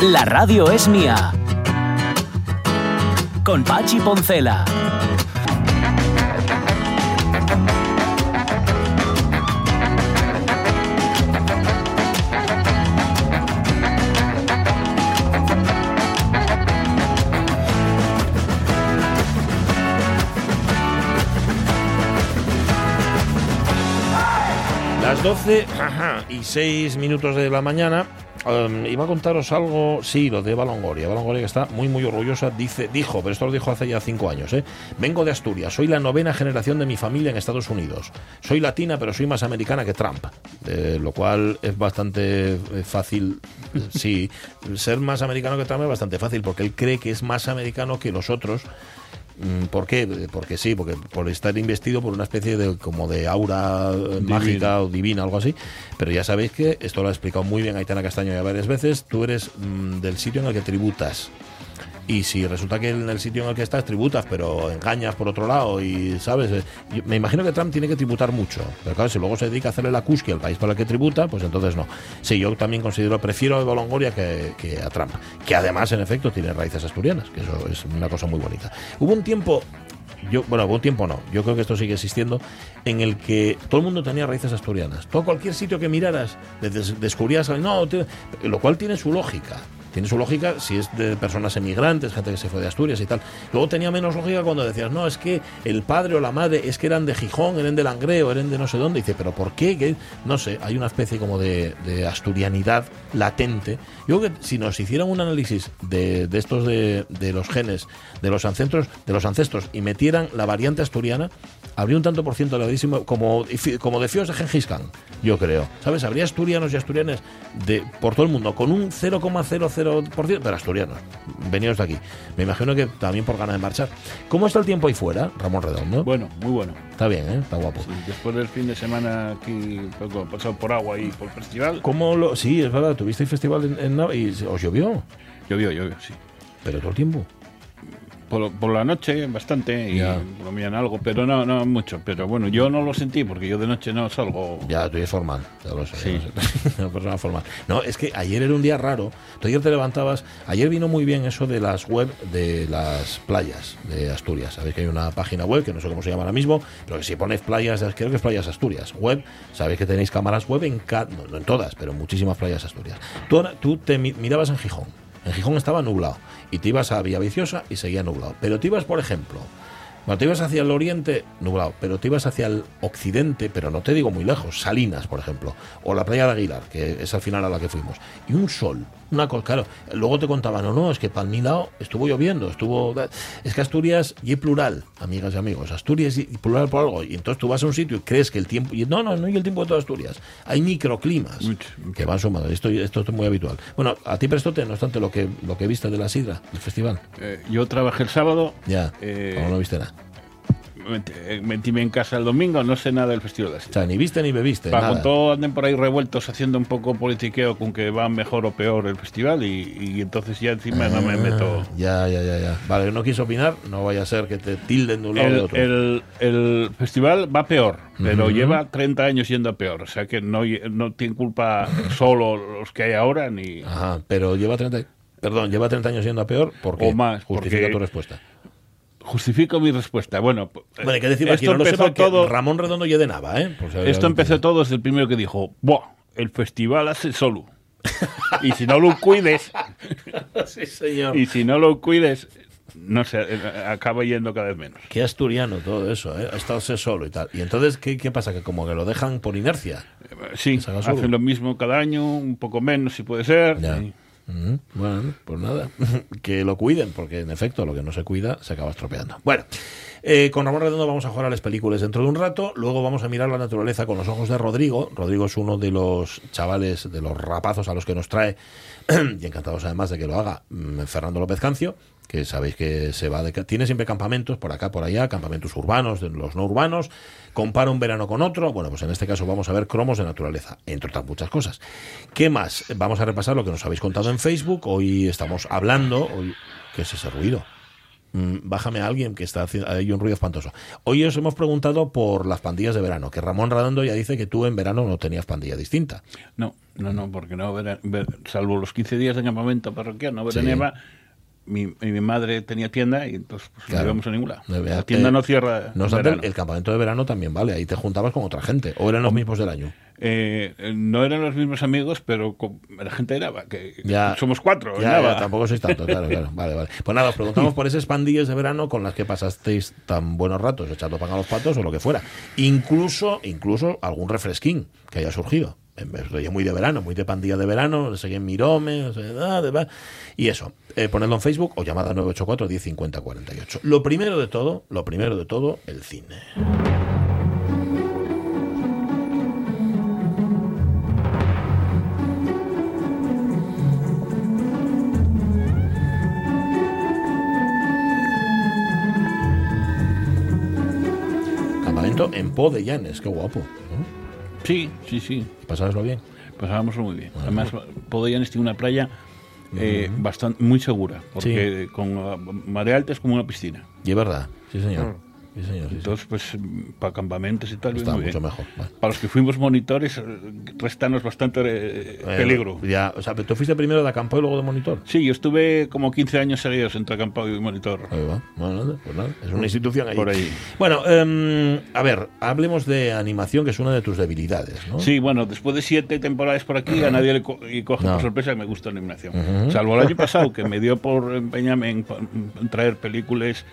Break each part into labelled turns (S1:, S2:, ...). S1: La radio es mía. Con Pachi Poncela.
S2: Las 12 ajá, y 6 minutos de la mañana. em, iba a contaros algo, sí, lo de Balongoria. Balongoria que está muy, muy orgullosa, dice, dijo, pero esto lo dijo hace ya cinco años, ¿eh? Vengo de Asturias, soy la novena generación de mi familia en Estados Unidos. Soy latina, pero soy más americana que Trump. Eh, lo cual es bastante eh, fácil, sí. Ser más americano que Trump es bastante fácil, porque él cree que es más americano que los otros. Mm, ¿Por qué? Porque sí, porque por estar investido por una especie de como de aura eh, mágica o divina, algo así. Pero ya sabéis que esto lo ha explicado muy bien Aitana Castaño ya varias veces. Tú eres mm, del sitio en el que tributas. Y si resulta que en el sitio en el que estás tributas, pero engañas por otro lado y, ¿sabes? Eh, yo- me imagino que Trump tiene que tributar mucho. Pero claro, si luego se dedica a hacerle la cusque al país para el que tributa, pues entonces no. Sí, yo también considero, prefiero a Eva Longoria que, que a Trump. Que además, en efecto, tiene raíces asturianas, que eso es una cosa muy bonita. Hubo un tiempo... Yo, bueno, hubo un tiempo no. Yo creo que esto sigue existiendo. En el que todo el mundo tenía raíces asturianas. Todo cualquier sitio que miraras, des- descubrías. No, te- lo cual tiene su lógica tiene su lógica si es de personas emigrantes, gente que se fue de Asturias y tal. Luego tenía menos lógica cuando decías, no, es que el padre o la madre es que eran de Gijón, eran de Langreo, eran de no sé dónde. Y dice, pero ¿por qué? Que, no sé, hay una especie como de, de asturianidad latente. Yo creo que si nos hicieran un análisis de, de estos de, de los genes, de los ancestros, de los ancestros, y metieran la variante asturiana, habría un tanto por ciento elevadísimo, como, como de fíos de Gengis Khan, yo creo. ¿Sabes? Habría asturianos y asturianas de, por todo el mundo, con un 0,00%, pero asturianos, venidos de aquí. Me imagino que también por ganas de marchar. ¿Cómo está el tiempo ahí fuera, Ramón Redondo?
S3: Bueno, muy bueno.
S2: Está bien, ¿eh? Está guapo.
S3: Sí, después del fin de semana aquí poco, pasado por agua y por festival.
S2: ¿Cómo lo...? Sí, es verdad, tuvisteis festival en, en Nav- y os llovió,
S3: Llovió, llovió, sí.
S2: pero todo el tiempo.
S3: Por, por la noche bastante y
S2: Ya.
S3: comían algo, pero no, no mucho. Pero bueno, yo no lo sentí porque yo de noche no salgo.
S2: Ya, tú eres formal, ya lo sé.
S3: Sí.
S2: ya lo sé. Una persona formal. No, es que ayer era un día raro. Tú ayer te levantabas. Ayer vino muy bien eso de las web de las playas de Asturias. Sabéis que hay una página web que no sé cómo se llama ahora mismo, pero que si ponéis playas, creo que es playas Asturias. Web, sabéis que tenéis cámaras web en cada. No, no en todas, pero en muchísimas playas Asturias. Tú, ahora- tú te mi- mirabas en Gijón. En Gijón estaba nublado. Y te ibas a Villaviciosa y seguía nublado. Pero te ibas, por ejemplo, cuando te ibas hacia el oriente, nublado, pero te ibas hacia el occidente, pero no te digo muy lejos, Salinas, por ejemplo, o la playa de Aguilar, que es al final a la que fuimos, y un sol, una cosa, claro, luego te contaban, no, no, es que para mi lado estuvo lloviendo, estuvo... Es que Asturias, y plural, amigas y amigos, Asturias y plural por algo, y entonces tú vas a un sitio y crees que el tiempo... Y, no, no, no hay el tiempo de toda Asturias, hay microclimas
S3: Mucho,
S2: que van sumando, esto, esto es muy habitual. Bueno, a ti, Prestote, no obstante, lo que, lo que viste de la sidra, el festival,
S3: Eh, yo trabajé el sábado,
S2: ya,
S3: Eh,
S2: o no viste nada.
S3: met- eh, metíme en casa el domingo, no sé nada del festival de
S2: O
S3: Sidra.
S2: sea, ni viste ni bebiste.
S3: Para
S2: nada.
S3: con todo anden por ahí revueltos haciendo un poco politiqueo con que va mejor o peor el festival y, y entonces ya encima no me meto.
S2: Ya, ya, ya, ya. Vale, no quiso opinar, no vaya a ser que te tilden de un lado o de
S3: El,
S2: otro.
S3: el- el festival va peor, pero
S2: Ujú.
S3: lleva 30 años yendo a peor. O sea que no, lle- no tiene culpa solo los que hay ahora ni.
S2: Ajá, pero lleva 30, perdón, lleva 30 años yendo a peor porque
S3: O más,
S2: justifica
S3: porque-
S2: tu respuesta.
S3: Justifico mi respuesta. Bueno, p- eh,
S2: Bueno, hay que decir aquí,
S3: esto
S2: no lo
S3: empezó
S2: sepa,
S3: todo.
S2: que Ramón Redondo ya de Nava, ¿eh? Por si
S3: Esto
S2: alguien
S3: empezó
S2: tiene.
S3: todo desde el primero que dijo, ¡buah! El festival hace solo. y si no lo cuides,
S2: sí, señor.
S3: y si no lo cuides, no sé, eh, acaba yendo cada vez menos.
S2: Qué asturiano todo eso, ¿eh? Ha estado ese solo y tal. Y entonces, ¿qué, qué pasa? Que como que lo dejan por inercia.
S3: Eh, Sí,
S2: Se haga solo.
S3: hacen lo mismo cada año, un poco menos si puede ser.
S2: Ya.
S3: Y-
S2: Ujú. Bueno, pues nada. que lo cuiden, porque en efecto lo que no se cuida se acaba estropeando. Bueno, eh, con Ramón Redondo vamos a jugar a las películas dentro de un rato. Luego vamos a mirar la naturaleza con los ojos de Rodrigo. Rodrigo es uno de los chavales, de los rapazos a los que nos trae, y encantados además de que lo haga mm, Fernando López Cancio que sabéis que se va de ca- tiene siempre campamentos por acá por allá campamentos urbanos de los no urbanos compara un verano con otro bueno pues en este caso vamos a ver cromos de naturaleza entre otras muchas cosas qué más vamos a repasar lo que nos habéis contado en Facebook hoy estamos hablando hoy qué es ese ruido mm, bájame a alguien que está haciendo hay un ruido espantoso. Hoy os hemos preguntado por las pandillas de verano, que Ramón Radando ya dice que tú en verano no tenías pandilla distinta.
S3: No, no, no, porque no, vera- ver- salvo los 15 días de campamento parroquial, no veraneaba. Mi, mi madre tenía tienda y entonces pues,
S2: Claro.
S3: no íbamos a ninguna.
S2: No, vea,
S3: la tienda
S2: eh,
S3: no cierra. en
S2: No obstante,
S3: verano.
S2: el campamento de verano también vale, ahí te juntabas con otra gente, o eran los mismos del año.
S3: Eh, eh, no eran los mismos amigos, pero con- la gente era que
S2: Ya.
S3: Eh, somos cuatro.
S2: Ya,
S3: Nava.
S2: ya, tampoco sois tanto, claro, claro. Vale, vale. Pues nada, os preguntamos por esas pandillas de verano con las que pasasteis tan buenos ratos, echando pan a los patos o lo que fuera. Incluso, incluso algún refresquín que haya surgido. En vez de muy de verano, muy de pandilla de verano, no sé qué, en Mirome, no sé, ah, de va- y eso. Eh, ponedlo en Facebook o llamada 984 1050 48. Lo primero de todo, lo primero de todo, el cine. Campamento en Po de Llanes, qué guapo. ¿no?
S3: Sí, sí, sí.
S2: Pasároslo bien.
S3: Pasábamos muy bien. Además, Podoyanes tiene una playa eh, bastante, muy segura, porque con ah, marea alta es como una piscina.
S2: Y es verdad, sí señor. Sí, señor, sí, sí.
S3: Mm. Entonces, pues mm, para campamentos y tal,
S2: Está
S3: muy
S2: mucho
S3: bien.
S2: mejor. vale.
S3: Para los que fuimos monitores, eh, restanos bastante eh,
S2: Eh,
S3: peligro.
S2: Ya, o sea, pero tú fuiste primero de acampado y luego de monitor.
S3: Sí, yo estuve como 15 años seguidos entre acampado y monitor.
S2: Ahí va. Bueno, nada, pues nada, es una institución ahí.
S3: Por ahí.
S2: Bueno, em, a ver, hablemos de animación, que es una de tus debilidades, ¿no?
S3: Sí, bueno, después de siete temporadas por aquí, a nadie le co- y coge
S2: No.
S3: por sorpresa que me gusta la animación. Salvo el año pasado, que me dio por empeñarme en, pa- en traer películas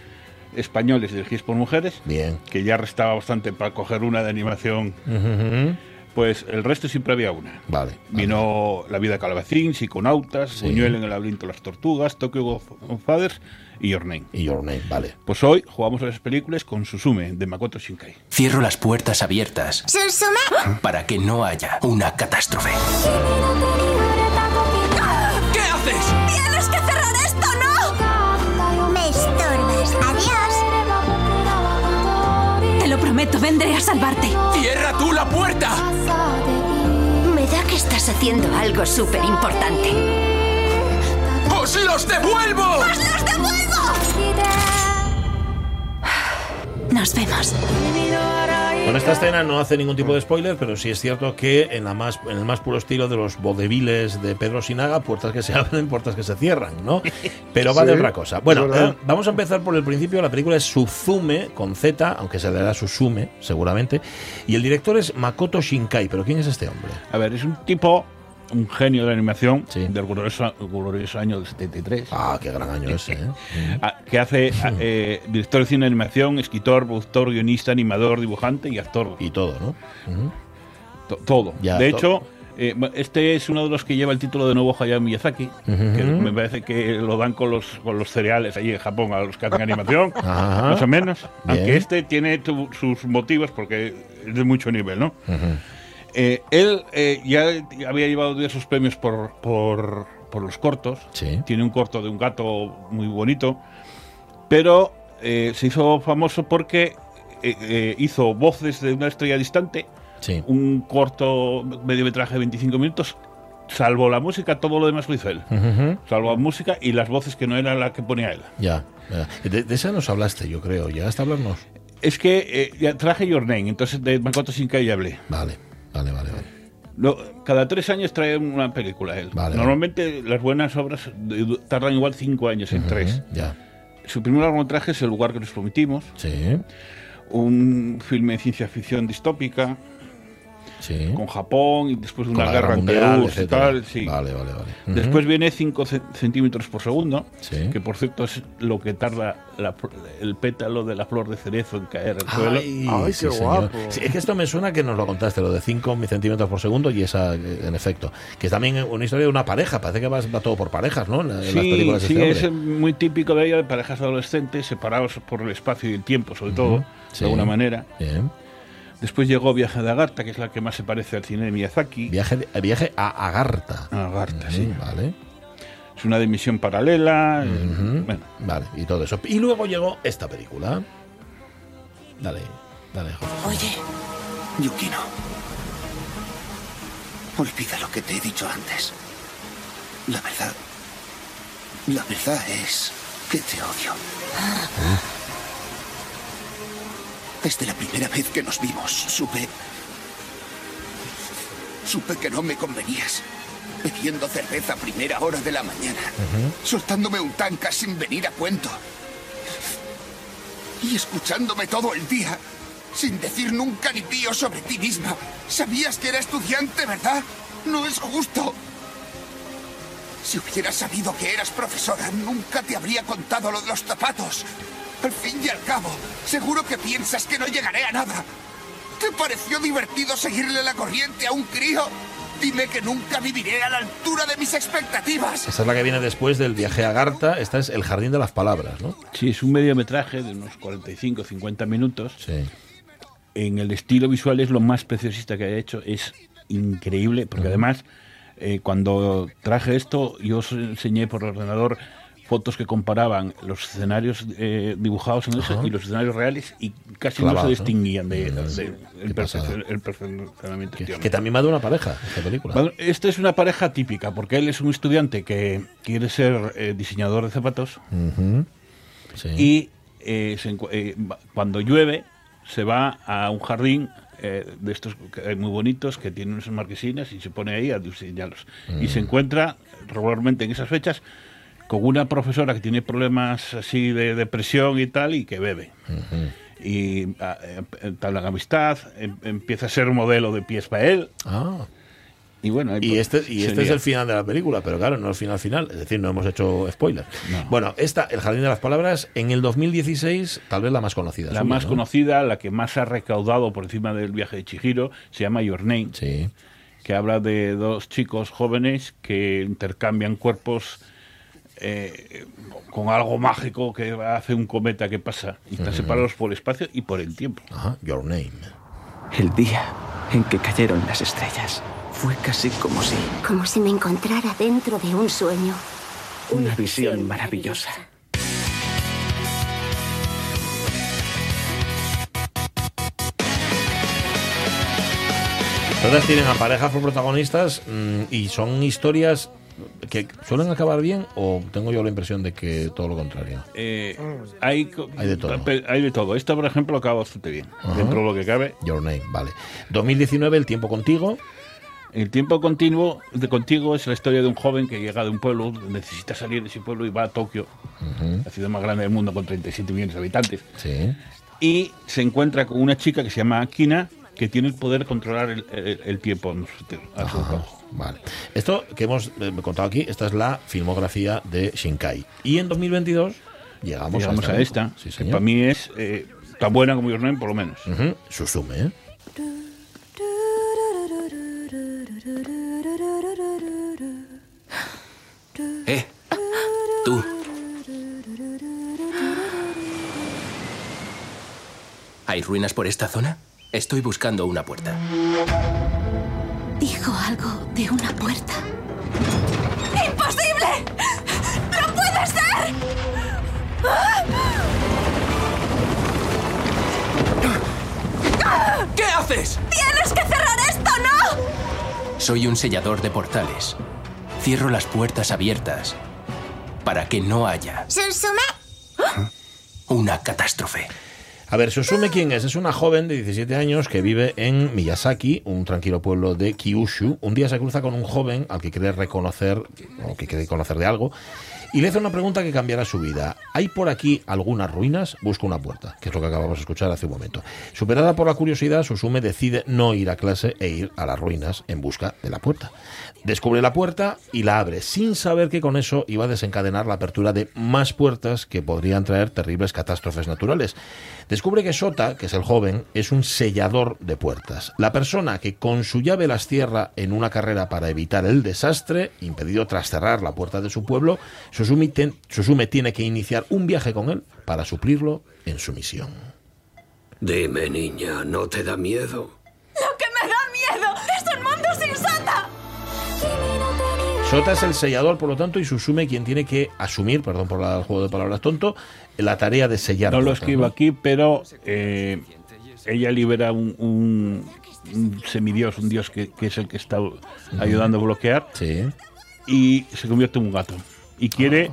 S3: españoles dirigidas por mujeres,
S2: Bien.
S3: que ya restaba bastante para coger una de animación,
S2: Ujú.
S3: pues el resto siempre había una.
S2: Vale.
S3: Vino La vida de Calabacín, Psiconautas, Buñuel en el laberinto de las tortugas, Tokyo Godf- Fathers y Your Name.
S2: Y Your Name, vale.
S3: Pues hoy jugamos a las películas con Susume, de Makoto Shinkai.
S4: Cierro las puertas abiertas para que no haya una catástrofe.
S5: ¿Qué haces? Tienes que cerrar esto, ¿no? Me estorbas. Adiós.
S6: Te lo prometo, vendré a salvarte.
S4: ¡Cierra tú la puerta!
S6: Me da que estás haciendo algo súper importante.
S4: ¡Os los devuelvo!
S5: ¡Los devuelvo!
S6: Nos vemos.
S2: Bueno, esta escena no hace ningún tipo de spoiler, pero sí es cierto que en, la más, en el más puro estilo de los vodeviles de Pedro Sinaga, puertas que se abren, puertas que se cierran, ¿no? Pero va de
S7: Sí,
S2: otra cosa. Bueno,
S7: es verdad.
S2: eh, vamos a empezar por el principio. La película es Suzume, con Z, aunque se le dará Suzume, seguramente. Y el director es Makoto Shinkai. ¿Pero quién es este hombre?
S3: A ver, es un tipo, un genio de la animación,
S2: Sí.
S3: del glorioso, glorioso año del 73,
S2: Ah, qué gran año ese, ¿eh?
S3: a- que hace a- eh, director de cine de animación, escritor, productor, guionista, animador, dibujante y actor.
S2: Y todo, ¿no? Ujú.
S3: To- todo.
S2: Ya,
S3: de
S2: to-
S3: hecho, eh, ma- este es uno de los que lleva el título de nuevo Hayao Miyazaki, que me parece que lo dan con los, con los cereales allí en Japón, a los que hacen animación,
S2: Ajá.
S3: más o menos.
S2: Bien.
S3: Aunque este tiene tu- sus motivos porque es de mucho nivel, ¿no? Eh, él eh, ya había llevado diversos premios por, por, por los cortos.
S2: Sí.
S3: Tiene un corto de un gato muy bonito. Pero eh, se hizo famoso porque eh, eh, hizo voces de una estrella distante
S2: Sí.
S3: un corto mediometraje de 25 minutos, salvo la música, todo lo demás lo hizo él.
S2: Ujú.
S3: Salvo la música y las voces que no era la que ponía él.
S2: Ya. ya. De, de esa nos hablaste, yo creo. ¿Llegaste a hablarnos?
S3: Es que eh, ya traje Your Name, entonces de Makoto Shinkai ya hablé.
S2: Vale, vale, vale. vale.
S3: Lo- cada tres años trae una película él.
S2: Vale.
S3: Normalmente las buenas obras eh, tardan igual cinco años en tres.
S2: Ya.
S3: Su primer largometraje es El lugar que nos prometimos,
S2: Sí,
S3: un filme de ciencia ficción distópica
S2: sí.
S3: con Japón y después de
S2: Con
S3: una
S2: la
S3: guerra, en Perú y
S2: etcétera.
S3: tal. Sí.
S2: Vale, vale, vale. Ujú.
S3: Después viene 5 centímetros por segundo,
S2: Sí.
S3: que por cierto es lo que tarda la fl- el pétalo de la flor de cerezo en caer al suelo.
S2: Ay,
S7: Ay,
S2: sí,
S7: qué
S2: señor.
S7: guapo.
S2: Mm. Sí, es que esto me suena que nos lo contaste, lo de 5 centímetros por segundo y esa, eh, en efecto. Que es también una historia de una pareja, parece que va, va todo por parejas, ¿no? En, la- en las
S3: Sí,
S2: películas de
S3: sí,
S2: este
S3: es
S2: hombre.
S3: muy típico de ello, de parejas adolescentes separados por el espacio y el tiempo, sobre todo,
S2: sí.
S3: de alguna manera.
S2: Bien.
S3: Después llegó Viaje de Agartha, que es la que más se parece al cine de Miyazaki.
S2: Viaje, de- viaje a Agartha.
S3: Agartha,
S2: Ujú,
S3: Ah, sí.
S2: Vale,
S3: Es una de misión paralela. eh, bueno.
S2: vale, y todo eso. Y luego llegó esta película. Dale, dale, José.
S8: Oye, Yukino. Olvida lo que te he dicho antes. La verdad. La verdad es
S9: que te odio. Desde la primera vez que nos vimos, supe. Supe que no me convenías. Bebiendo cerveza a primera hora de la mañana. Soltándome un tanca sin venir a cuento. Y escuchándome todo el día. Sin decir nunca ni pío sobre ti misma. Sabías que era estudiante, ¿verdad? No es justo. Si hubiera sabido que eras profesora, nunca te habría contado lo de los zapatos. Al fin y al cabo, seguro que piensas que no llegaré a nada. ¿Te pareció divertido seguirle la corriente a un crío? Dime que nunca viviré a la altura de mis expectativas.
S2: Esta es la que viene después del viaje a Garta. Esta es El Jardín de las Palabras, ¿no?
S3: Sí, es un mediometraje de unos 45 50 minutos.
S2: Sí.
S3: en el estilo visual es lo más preciosista que haya hecho. Es increíble, porque además, eh, cuando traje esto, yo os enseñé por ordenador fotos que comparaban los escenarios eh, dibujados en eso y los escenarios reales y casi no
S2: Clavados,
S3: se
S2: ¿no?
S3: distinguían de,
S2: Mm,
S3: de- el,
S2: qué pasada.
S3: perfe- el perfeccionamiento.
S2: Que,
S3: tío.
S2: que también va de una pareja, esta película.
S3: Bueno, esta es una pareja típica, porque él es un estudiante que quiere ser eh, diseñador de zapatos
S2: Ujú. Sí.
S3: y eh, se encu- eh, va- cuando llueve se va a un jardín eh, de estos que hay muy bonitos que tienen unas marquesinas y se pone ahí a diseñarlos. Y
S2: Mm.
S3: se encuentra regularmente en esas fechas con una profesora que tiene problemas así de depresión y tal y que bebe. Y ah, eh, entablan amistad, em- empieza a ser un modelo de pies para él.
S2: Ah.
S3: Y bueno, ahí
S2: Y
S3: pues,
S2: este, y
S3: se
S2: este es
S3: lía.
S2: el final de la película, pero claro, no el final final, es decir, no hemos hecho spoilers.
S3: No.
S2: Bueno, esta, El Jardín de las Palabras, en el 2016, tal vez la más conocida.
S3: La
S2: suya,
S3: más
S2: ¿no?
S3: conocida, la que más ha recaudado por encima del viaje de Chihiro, se llama Your Name.
S2: Sí.
S3: que habla de dos chicos jóvenes que intercambian cuerpos eh, con algo mágico que hace un cometa que pasa y están separados por el espacio y por el tiempo.
S2: Ajá, Your Name.
S4: El día en que cayeron las estrellas fue casi como si
S10: Como si me encontrara dentro de un sueño.
S4: una visión maravillosa.
S2: Entonces tienen a parejas por protagonistas mm, y son historias que suelen acabar bien o tengo yo la impresión de que todo lo contrario.
S3: Eh, hay, co-
S2: Hay de todo.
S3: pe- hay de todo. Esta, por ejemplo, acaba bastante bien.
S2: Ajá.
S3: Dentro de lo que cabe.
S2: Your Name, vale. 2019, El tiempo contigo.
S3: El tiempo continuo de contigo es la historia de un joven que llega de un pueblo, necesita salir de ese pueblo y va a Tokio, la ciudad más grande del mundo con 37 millones de habitantes.
S2: Sí.
S3: y se encuentra con una chica que se llama Akina que tiene el poder de controlar el, el- el tiempo a su- a su antojo.
S2: Vale. Esto que hemos eh, contado aquí, esta es la filmografía de Shinkai. Y en 2022 llegamos,
S3: Llegamos a esta,
S2: Sí,
S3: que
S2: señor. Mm,
S3: para mí es eh, tan buena como Your Name, por lo menos.
S2: Ujú, Susume, ¿eh?
S11: ¿Eh? Tú. ¿Hay ruinas por esta zona? Estoy buscando una puerta.
S10: Dijo algo de una puerta.
S12: ¡Imposible! ¡No puede ser!
S11: ¿Qué haces?
S12: ¡Tienes que cerrar esto, no!
S11: Soy un sellador de portales. Cierro las puertas abiertas para que no haya
S12: ¡Susume!
S11: una catástrofe.
S2: A ver, Susume, ¿quién es? Es una joven de 17 años que vive en Miyazaki, un tranquilo pueblo de Kyushu. Un día se cruza con un joven al que cree reconocer, o que cree conocer de algo, y le hace una pregunta que cambiará su vida. ¿Hay por aquí algunas ruinas? Busca una puerta, que es lo que acabamos de escuchar hace un momento. Superada por la curiosidad, Susume decide no ir a clase e ir a las ruinas en busca de la puerta. Descubre la puerta y la abre, sin saber que con eso iba a desencadenar la apertura de más puertas que podrían traer terribles catástrofes naturales. Descubre que Sota, que es el joven, es un sellador de puertas. La persona que con su llave las cierra en una carrera para evitar el desastre, impedido tras cerrar la puerta de su pueblo, Susume, ten- Susume tiene que iniciar un viaje con él para suplirlo en su misión.
S13: Dime, niña, ¿no te da miedo?
S12: ¡Lo que me da miedo es un mundo sin sota!
S2: Sota es el sellador, por lo tanto, y Susume quien tiene que asumir, perdón por la- el juego de palabras tonto, la tarea de sellar.
S3: No lo
S2: puertas,
S3: escribo
S2: ¿no?
S3: aquí, pero eh, ella libera un, un- un semidios, un dios que, que es el que está ayudando a bloquear,
S2: Sí. Ah.
S3: y se convierte en un gato. Y quiere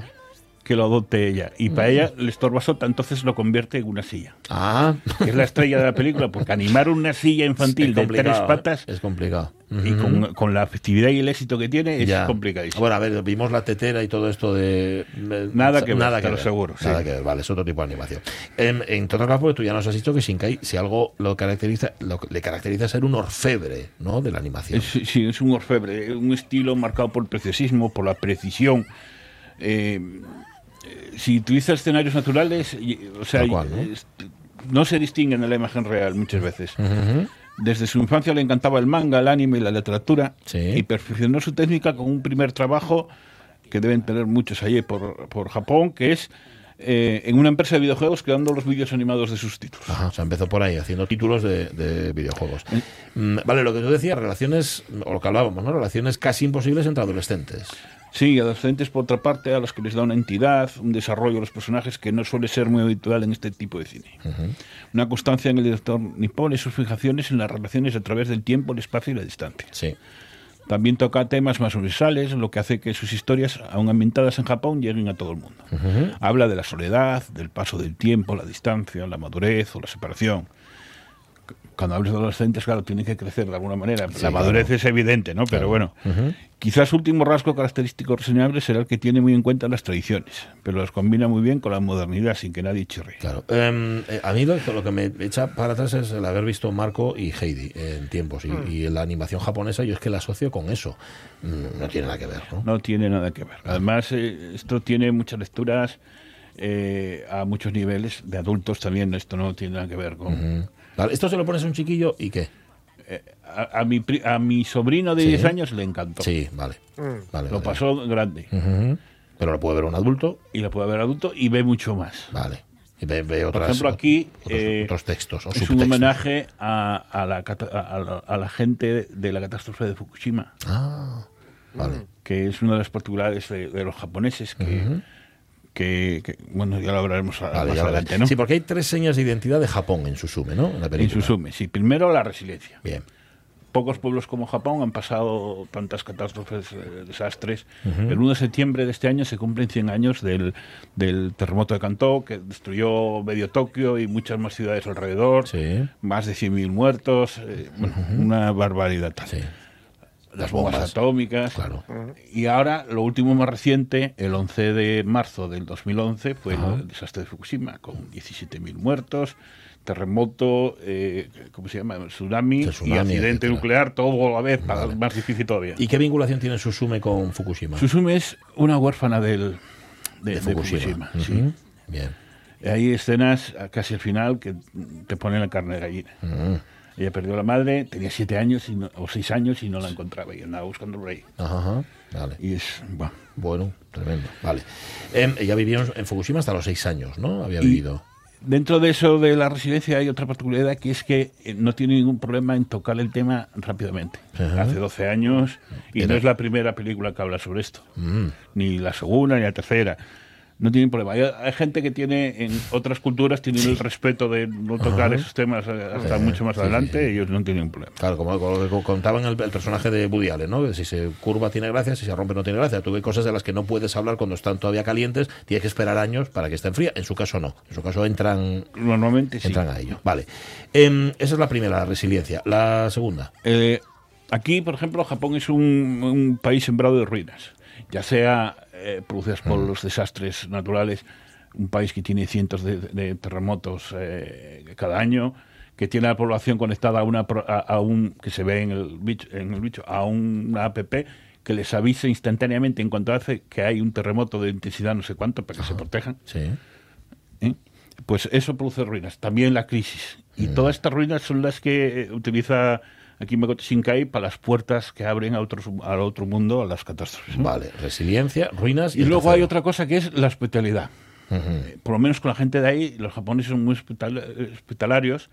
S3: que lo adopte ella. Y para ella le estorba Sota, entonces lo convierte en una silla.
S2: Ah,
S3: Que es la estrella de la película, porque animar una silla infantil
S2: es
S3: de
S2: complicado, ¿eh?
S3: tres patas
S2: Es complicado.
S3: y con, con la festividad y el éxito que tiene es
S2: Ya.
S3: complicadísimo.
S2: Bueno, a ver, vimos la tetera y todo esto de. eh,
S3: Nada que ver,
S2: nada
S3: te lo aseguro, sí.
S2: Nada que ver, vale, es otro tipo de animación. En, en todo caso, porque tú ya nos has dicho que Shinkai, si algo lo caracteriza, lo, le caracteriza es ser un orfebre, ¿no? De la animación.
S3: Es, sí, es un orfebre, un estilo marcado por el preciosismo, por la precisión. Eh, eh, si utiliza escenarios naturales, y- o sea,
S2: Tal cual, ¿no?
S3: es- no se distinguen de la imagen real muchas veces. Desde su infancia le encantaba el manga, el anime y la literatura
S2: Sí.
S3: y perfeccionó su técnica con un primer trabajo que deben tener muchos allí por, por Japón, que es eh, en una empresa de videojuegos creando los vídeos animados de sus títulos.
S2: Ajá, o sea, empezó por ahí, haciendo títulos de, de videojuegos. Mm, Vale, lo que tú decías, relaciones, o lo que hablábamos, ¿no? Relaciones casi imposibles entre adolescentes.
S3: Sí, adolescentes por otra parte, a los que les da una entidad, un desarrollo a los personajes que no suele ser muy habitual en este tipo de cine. Una constancia en el director nipón es sus fijaciones en las relaciones a través del tiempo, el espacio y la distancia.
S2: Sí.
S3: También toca temas más universales, lo que hace que sus historias, aun ambientadas en Japón, lleguen a todo el mundo. Habla de la soledad, del paso del tiempo, la distancia, la madurez o la separación. Cuando hablas de adolescentes, claro, tienen que crecer de alguna manera. la madurez es evidente, ¿no? Pero bueno, quizás su último rasgo característico reseñable será el que tiene muy en cuenta las tradiciones, pero las combina muy bien con la modernidad sin que nadie chirre.
S2: Claro. Em, eh, a mí lo, lo que me echa para atrás es el haber visto Marco y Heidi en tiempos y,
S3: Mm.
S2: y la animación japonesa, yo es que la asocio con eso. Mm, No tiene nada que ver, ¿no?
S3: No tiene nada que ver. Además, eh, esto tiene muchas lecturas eh, a muchos niveles, de adultos también, esto no tiene nada que ver con...
S2: Mm. Vale, esto se lo pones a un chiquillo y qué.
S3: a, a mi, pri- a mi sobrino de
S2: Sí.
S3: 10 años le encantó.
S2: Sí, vale. Vale,
S3: Mm. Lo
S2: vale.
S3: pasó grande
S2: Ujú. Pero lo puede ver un adulto,
S3: y lo puede ver adulto y ve mucho más.
S2: vale. Y ve, ve
S3: Por
S2: otras-
S3: ejemplo, aquí
S2: otros,
S3: eh,
S2: otros textos o
S3: es un
S2: subtextos.
S3: homenaje a, a la, cata- a- a la- a la gente de la catástrofe de Fukushima,
S2: Ah, vale.
S3: que es una de las particularidades de, de los japoneses que, que- que- bueno, ya lo hablaremos a-
S2: Vale,
S3: más
S2: ya lo
S3: adelante,
S2: ves.
S3: ¿no?
S2: Sí, porque hay tres señas de identidad de Japón en Suzume, ¿no? En la
S3: en
S2: película.
S3: Susume, sí. Primero, la resiliencia.
S2: Bien.
S3: Pocos pueblos como Japón han pasado tantas catástrofes, eh, desastres. El 1 de septiembre de este año se cumplen 100 años del, del terremoto de Kantō, que destruyó medio Tokio y muchas más ciudades alrededor.
S2: Sí.
S3: Más de 100.000 muertos. eh, bueno, Una barbaridad. tal.
S2: Sí,
S3: Las bombas,
S2: bombas.
S3: atómicas.
S2: claro.
S3: Y ahora, lo último más reciente, el 11 de marzo del 2011, fue el desastre de Fukushima, con 17.000 muertos, terremoto, eh, ¿cómo se llama? Tsunami,
S2: El tsunami,
S3: y accidente
S2: etcétera.
S3: nuclear, todo a la vez, para- más difícil todavía.
S2: ¿Y qué vinculación tiene Susume con Fukushima?
S3: Susume es una huérfana del, de, de Fukushima. sí.
S2: Ujú. Bien.
S3: Hay escenas a- casi al final que te ponen la carne de gallina. Ella perdió a la madre, tenía siete años y no- o seis años y no la encontraba y andaba buscando por ahí.
S2: Ajá, ajá. Vale.
S3: Y es, bueno,
S2: Bueno, tremendo. Vale. Em, ella vivió en Fukushima hasta los seis años, ¿no? Había vivido.
S3: Dentro de eso de la residencia hay otra particularidad que es que eh, no tiene ningún problema en tocar el tema rápidamente.
S2: Ajá.
S3: Hace 12 años y
S2: Era- Mm.
S3: no es la primera película que habla sobre esto, ni la segunda ni la tercera. No tienen problema. Hay, hay gente que tiene en otras culturas tienen el respeto de no tocar esos temas eh, hasta mucho más adelante, ellos no tienen problema.
S2: Claro, como, como lo que contaban el, el personaje de Woody Allen, ¿no? Que si se curva tiene gracia, si se rompe no tiene gracia. Tú hay cosas de las que no puedes hablar cuando están todavía calientes, tienes que esperar años para que estén frías. En su caso no. En su caso entran,
S3: Normalmente sí.
S2: entran a ello. Vale. Em, esa es la primera, la resiliencia. La segunda.
S3: Eh, aquí, por ejemplo, Japón es un, un país sembrado de ruinas, ya sea eh, producidas por los desastres naturales, un país que tiene cientos de, de terremotos eh, cada año, que tiene a la población conectada a una pro- a, a un que se ve en el bicho, en el bicho a una app que les avise instantáneamente en cuanto hace que hay un terremoto de intensidad no sé cuánto para que se protejan.
S2: Sí.
S3: ¿eh? Pues eso produce ruinas, también la crisis. Y todas estas ruinas son las que eh, utiliza aquí Makoto Shinkai para las puertas que abren a otros, al otro mundo, a las catástrofes. ¿no?
S2: Vale. Resiliencia, ruinas y.
S3: Y
S2: el
S3: luego hay
S2: tercero.
S3: otra cosa que es la hospitalidad. Eh, Por lo menos con la gente de ahí, los japoneses son muy hospital- eh, hospitalarios.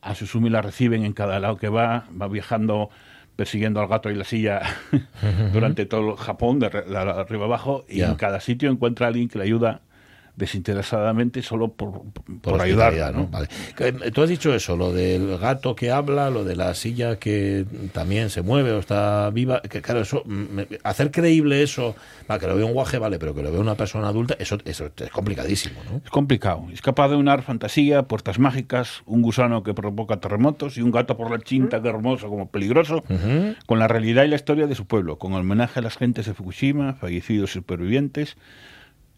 S3: A Susumi la reciben en cada lado que va, va viajando persiguiendo al gato y la silla durante todo Japón, de arri- de arriba abajo, y
S2: Ya.
S3: en cada sitio encuentra a alguien que le ayuda desinteresadamente solo por, por, por
S2: hospitalidad,
S3: ayudar.
S2: ¿no?
S3: ¿no?
S2: Vale. Que, eh, Tú has dicho eso, lo del gato que habla, lo de la silla que también se mueve o está viva. Que claro, eso mm, me- hacer creíble eso, para que lo vea un guaje, vale, pero que lo vea una persona adulta, eso, eso es complicadísimo, ¿no?
S3: Es complicado. Es capaz de unar fantasía, puertas mágicas, un gusano que provoca terremotos y un gato por la chinta que hermoso como peligroso, con la realidad y la historia de su pueblo, con homenaje a las gentes de Fukushima, fallecidos y supervivientes,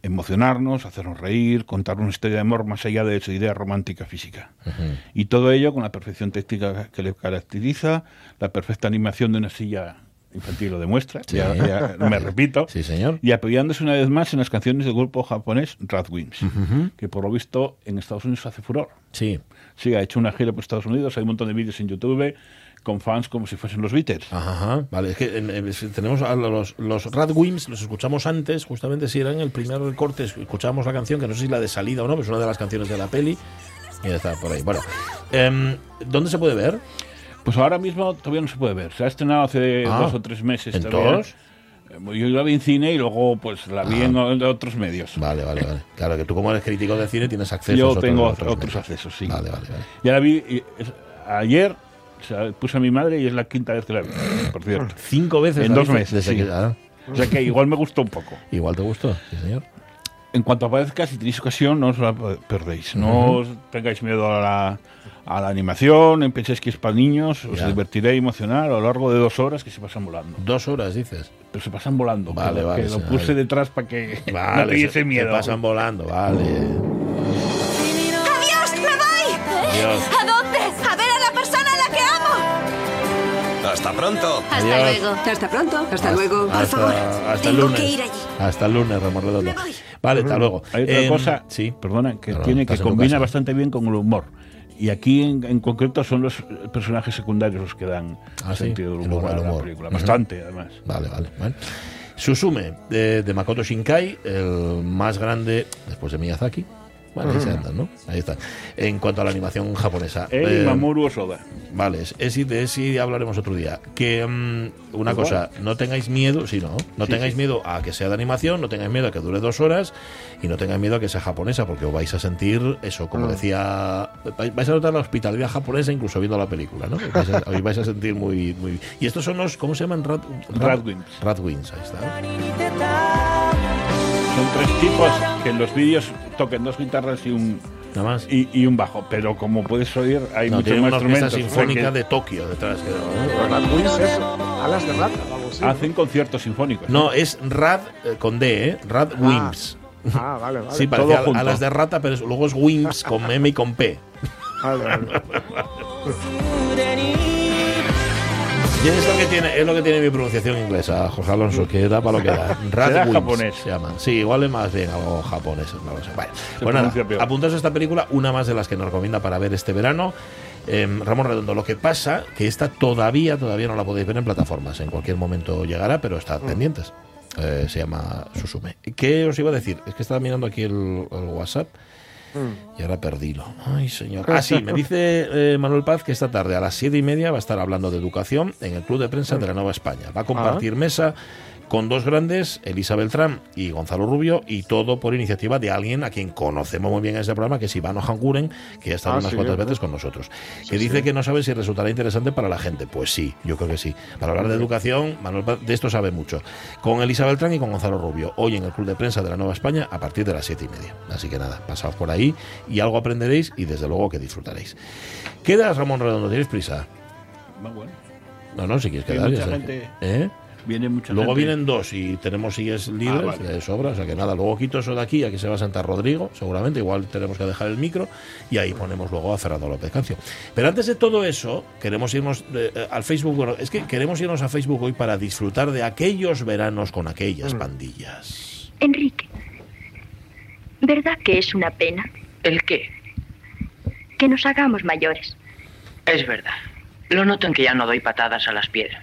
S3: emocionarnos, hacernos reír, contar una historia de amor más allá de su idea romántica física. Y todo ello con la perfección técnica que le caracteriza, la perfecta animación de una silla infantil lo demuestra,
S2: Sí.
S3: ya- ya me repito,
S2: Sí, señor.
S3: y apoyándose una vez más en las canciones del grupo japonés Radwimps, que por lo visto en Estados Unidos hace furor.
S2: Sí.
S3: Sí, ha hecho una gira por Estados Unidos, hay un montón de vídeos en YouTube con fans como si fuesen los Beatles.
S2: Ah. Ajá, vale, es que eh, eh, si tenemos a los, los Radwimps, los escuchamos antes, justamente si eran el primer corte, escuchábamos la canción, que no sé si la de salida o no, pero es una de las canciones de la peli, y ya está por ahí. Bueno, em, ¿dónde se puede ver?
S3: Pues ahora mismo todavía no se puede ver. Se ha estrenado hace
S2: Ah,
S3: dos o tres meses.
S2: ¿en
S3: todavía.
S2: todos? Ah.
S3: Eh, Yo la vi en cine y luego pues la vi en o- en otros medios.
S2: Vale, vale, vale. Claro, que tú como eres crítico de cine tienes acceso
S3: Yo
S2: a otros-
S3: tengo
S2: a
S3: otros
S2: medios.
S3: accesos, sí.
S2: Vale, vale, vale.
S3: Ya la vi y es- ayer, se la puse a mi madre y es la quinta vez que la vi, por cierto.
S2: Cinco veces.
S3: En
S2: la
S3: dos
S2: viste
S3: meses,
S2: desde
S3: sí.
S2: que- ah,
S3: O sea que igual me gustó un poco.
S2: igual te gustó, sí, señor.
S3: en cuanto aparezca, si tenéis ocasión, no os la pe- perdéis. No os tengáis miedo a la, a la animación, no penséis que es para niños, os
S2: Ya.
S3: divertiréis emocionar a lo largo de dos horas que se pasan volando.
S2: Dos horas, dices.
S3: Pero se pasan volando.
S2: Vale,
S3: que,
S2: vale,
S3: que lo
S2: señor.
S3: puse detrás para que no
S2: Vale,
S3: tuviese
S2: se- se
S3: miedo.
S2: pasan volando, vale.
S5: ¡Adiós! ¡Me voy!
S2: Adiós.
S5: ¿A dónde? ¡A ver a la persona a la que amo!
S14: ¡Hasta pronto!
S6: Hasta
S2: Adiós.
S6: luego.
S15: Hasta pronto. Hasta luego.
S2: Hasta,
S6: favor,
S2: hasta el
S6: tengo
S2: lunes.
S6: que ir allí.
S2: Hasta el lunes, Ramón
S6: Me
S2: Redondo.
S6: voy.
S2: Vale, hasta luego.
S3: Hay otra
S2: Em,
S3: cosa,
S2: Sí.
S3: perdona, que
S2: No, no,
S3: tiene
S2: estás
S3: que
S2: en tu
S3: combina
S2: casa.
S3: bastante bien con el humor. Y aquí en, en concreto son los eh, personajes secundarios los que dan
S2: Ah, sí,
S3: sentido del
S2: el
S3: humor,
S2: humor, el
S3: a la
S2: humor.
S3: película.
S2: Ujú.
S3: Bastante, además.
S2: Vale, vale. vale. Susume, eh, de, de Makoto Shinkai, el más grande después de Miyazaki. Bueno, ahí se andan, ¿no? Ahí está. En cuanto a la animación japonesa.
S3: El
S2: eh,
S3: Mamoru Osoda.
S2: Vale, es- esi, de esi hablaremos otro día. Que mm, una
S3: Igual.
S2: cosa, no tengáis miedo, sí, no, no
S3: Sí,
S2: tengáis
S3: sí.
S2: miedo a que sea de animación, no tengáis miedo a que dure dos horas y no tengáis miedo a que sea japonesa, porque os vais a sentir eso,
S3: Ah.
S2: como decía, vais vais a notar la hospitalidad japonesa incluso viendo la película, ¿no? Vais a- os vais a sentir muy, muy. Y estos son los, ¿cómo se llaman? Rad,
S3: Radwimps.
S2: Radwimps, ahí está.
S3: Son tres tipos que en los vídeos toquen dos guitarras y un,
S2: Nada más.
S3: y, y un bajo, pero como puedes oír hay
S2: No,
S3: muchos
S2: tiene
S3: más
S2: una orquesta
S3: instrumentos.
S2: sinfónica
S3: porque
S2: de Tokio detrás. que-
S15: Alas de rata o algo así.
S3: Hacen conciertos sinfónicos.
S2: No, es Rad eh, con D, ¿eh? Radwimps.
S15: Ah, vale, vale.
S2: Sí,
S3: Todo
S2: parecía
S3: junto.
S2: alas de rata, pero es- luego es Wimps con M y con P.
S15: Vale, vale.
S2: Y es lo que tiene, es lo que tiene mi pronunciación inglesa, Jorge Alonso, que da para lo que da.
S3: Será
S2: Radwimps
S3: japonés.
S2: se llama. Sí, igual es más bien algo japonés, no lo sé. Vale.
S3: Se
S2: Bueno, nada,
S3: pronuncia peor.
S2: apuntaos a esta película, una más de las que nos recomienda para ver este verano. Em, Ramón Redondo, lo que pasa que esta todavía, todavía no la podéis ver en plataformas. En cualquier momento llegará, pero estad pendientes. Eh, se llama Susume. ¿Qué os iba a decir? Es que estaba mirando aquí el- el WhatsApp. Y ahora perdílo. Ay, señor. Ah, sí, me dice eh, Manuel Paz que esta tarde a las siete y media va a estar hablando de educación en el Club de Prensa de la Nueva España. Va a compartir mesa con dos grandes, Elisa Beltrán y Gonzalo Rubio, y todo por iniciativa de alguien a quien conocemos muy bien en este programa, que es Ivano Hanguren, que ya ha estado
S15: Ah,
S2: unas
S15: sí,
S2: cuantas
S15: ¿no?
S2: veces con nosotros. que dice que no sabe si resultará interesante para la gente. Pues sí, yo creo que sí. Para hablar de educación, Manuel Paz de esto sabe mucho. Con Elisa Beltrán y con Gonzalo Rubio, hoy en el Club de Prensa de la Nueva España a partir de las siete y media. Así que nada, pasaos por ahí y algo aprenderéis y desde luego que disfrutaréis. ¿Quedas, Ramón Redondo? ¿Tienes prisa?
S3: Ah, bueno.
S2: No, no, si quieres
S3: Sí,
S2: quedar. ya
S3: mucha
S2: sabes
S3: gente.
S2: que- ¿Eh?
S3: Viene mucha
S2: Luego
S3: gente.
S2: vienen dos y tenemos sillas libres
S3: Ah, vale.
S2: de sobra, o sea que nada, luego quito eso de aquí, aquí se va a sentar Rodrigo, seguramente, igual tenemos que dejar el micro y ahí ponemos luego a Fernando López Cancio. Pero antes de todo eso, queremos irnos eh, eh, al Facebook, bueno, es que queremos irnos a Facebook hoy para disfrutar de aquellos veranos con aquellas
S3: Mm.
S2: pandillas.
S6: Enrique, ¿verdad que es una pena
S16: ¿El qué?
S6: que nos hagamos mayores?
S16: Es verdad. Lo noto en que ya no doy patadas a las piedras.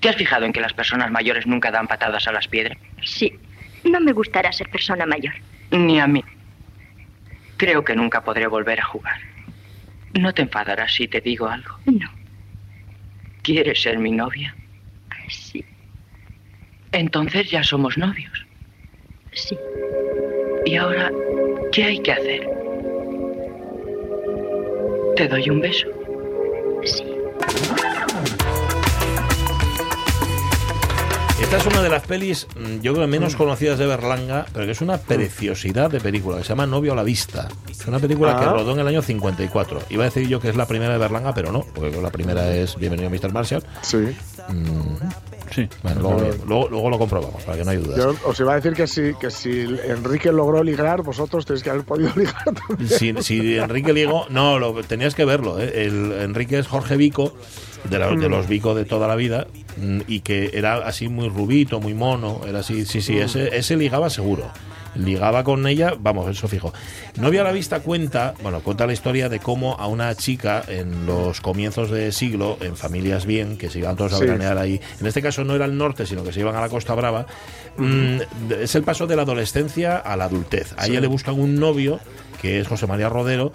S16: ¿Te has fijado en que las personas mayores nunca dan patadas a las piedras?
S6: Sí, no me gustará ser persona mayor.
S16: Ni a mí. Creo que nunca podré volver a jugar. No te enfadarás si te digo algo.
S6: No,
S16: ¿Quieres ser mi novia?
S6: sí,
S16: Entonces ya somos novios.
S6: sí.
S16: Y ahora ¿Qué hay que hacer? ¿Te doy un beso?
S2: Esta es una de las pelis, mm, yo creo, menos conocidas de Berlanga, pero que es una preciosidad de película, que se llama Novio a la Vista. Es una película que
S12: Ah.
S2: rodó en el año 54. Iba a decir yo que es la primera de Berlanga, pero no, porque la primera es Bienvenido Mr. Marshall.
S15: Sí.
S3: sí.
S2: Bueno, luego, luego- luego lo comprobamos, para que no hay dudas.
S15: Yo os iba a decir que si, que si Enrique logró ligar, vosotros tenéis que haber podido ligar también.
S2: si, si Enrique Liego, no, lo, tenías que verlo. ¿eh? El, Enrique es Jorge Vico, de, la- de los Vico de toda la vida, mm, y que era así muy rubito, muy mono, era así, sí, sí, ese, ese ligaba seguro. Ligaba con ella, vamos, eso fijo. Novia a la vista cuenta, bueno, cuenta la historia de cómo a una chica en los comienzos de siglo, en familias bien, que se iban todos a
S12: Sí.
S2: veranear ahí, en este caso no era el norte, sino que se iban a la Costa Brava, Mm, de- es el paso de la adolescencia a la adultez. A ella le buscan un novio, que es José María Rodero,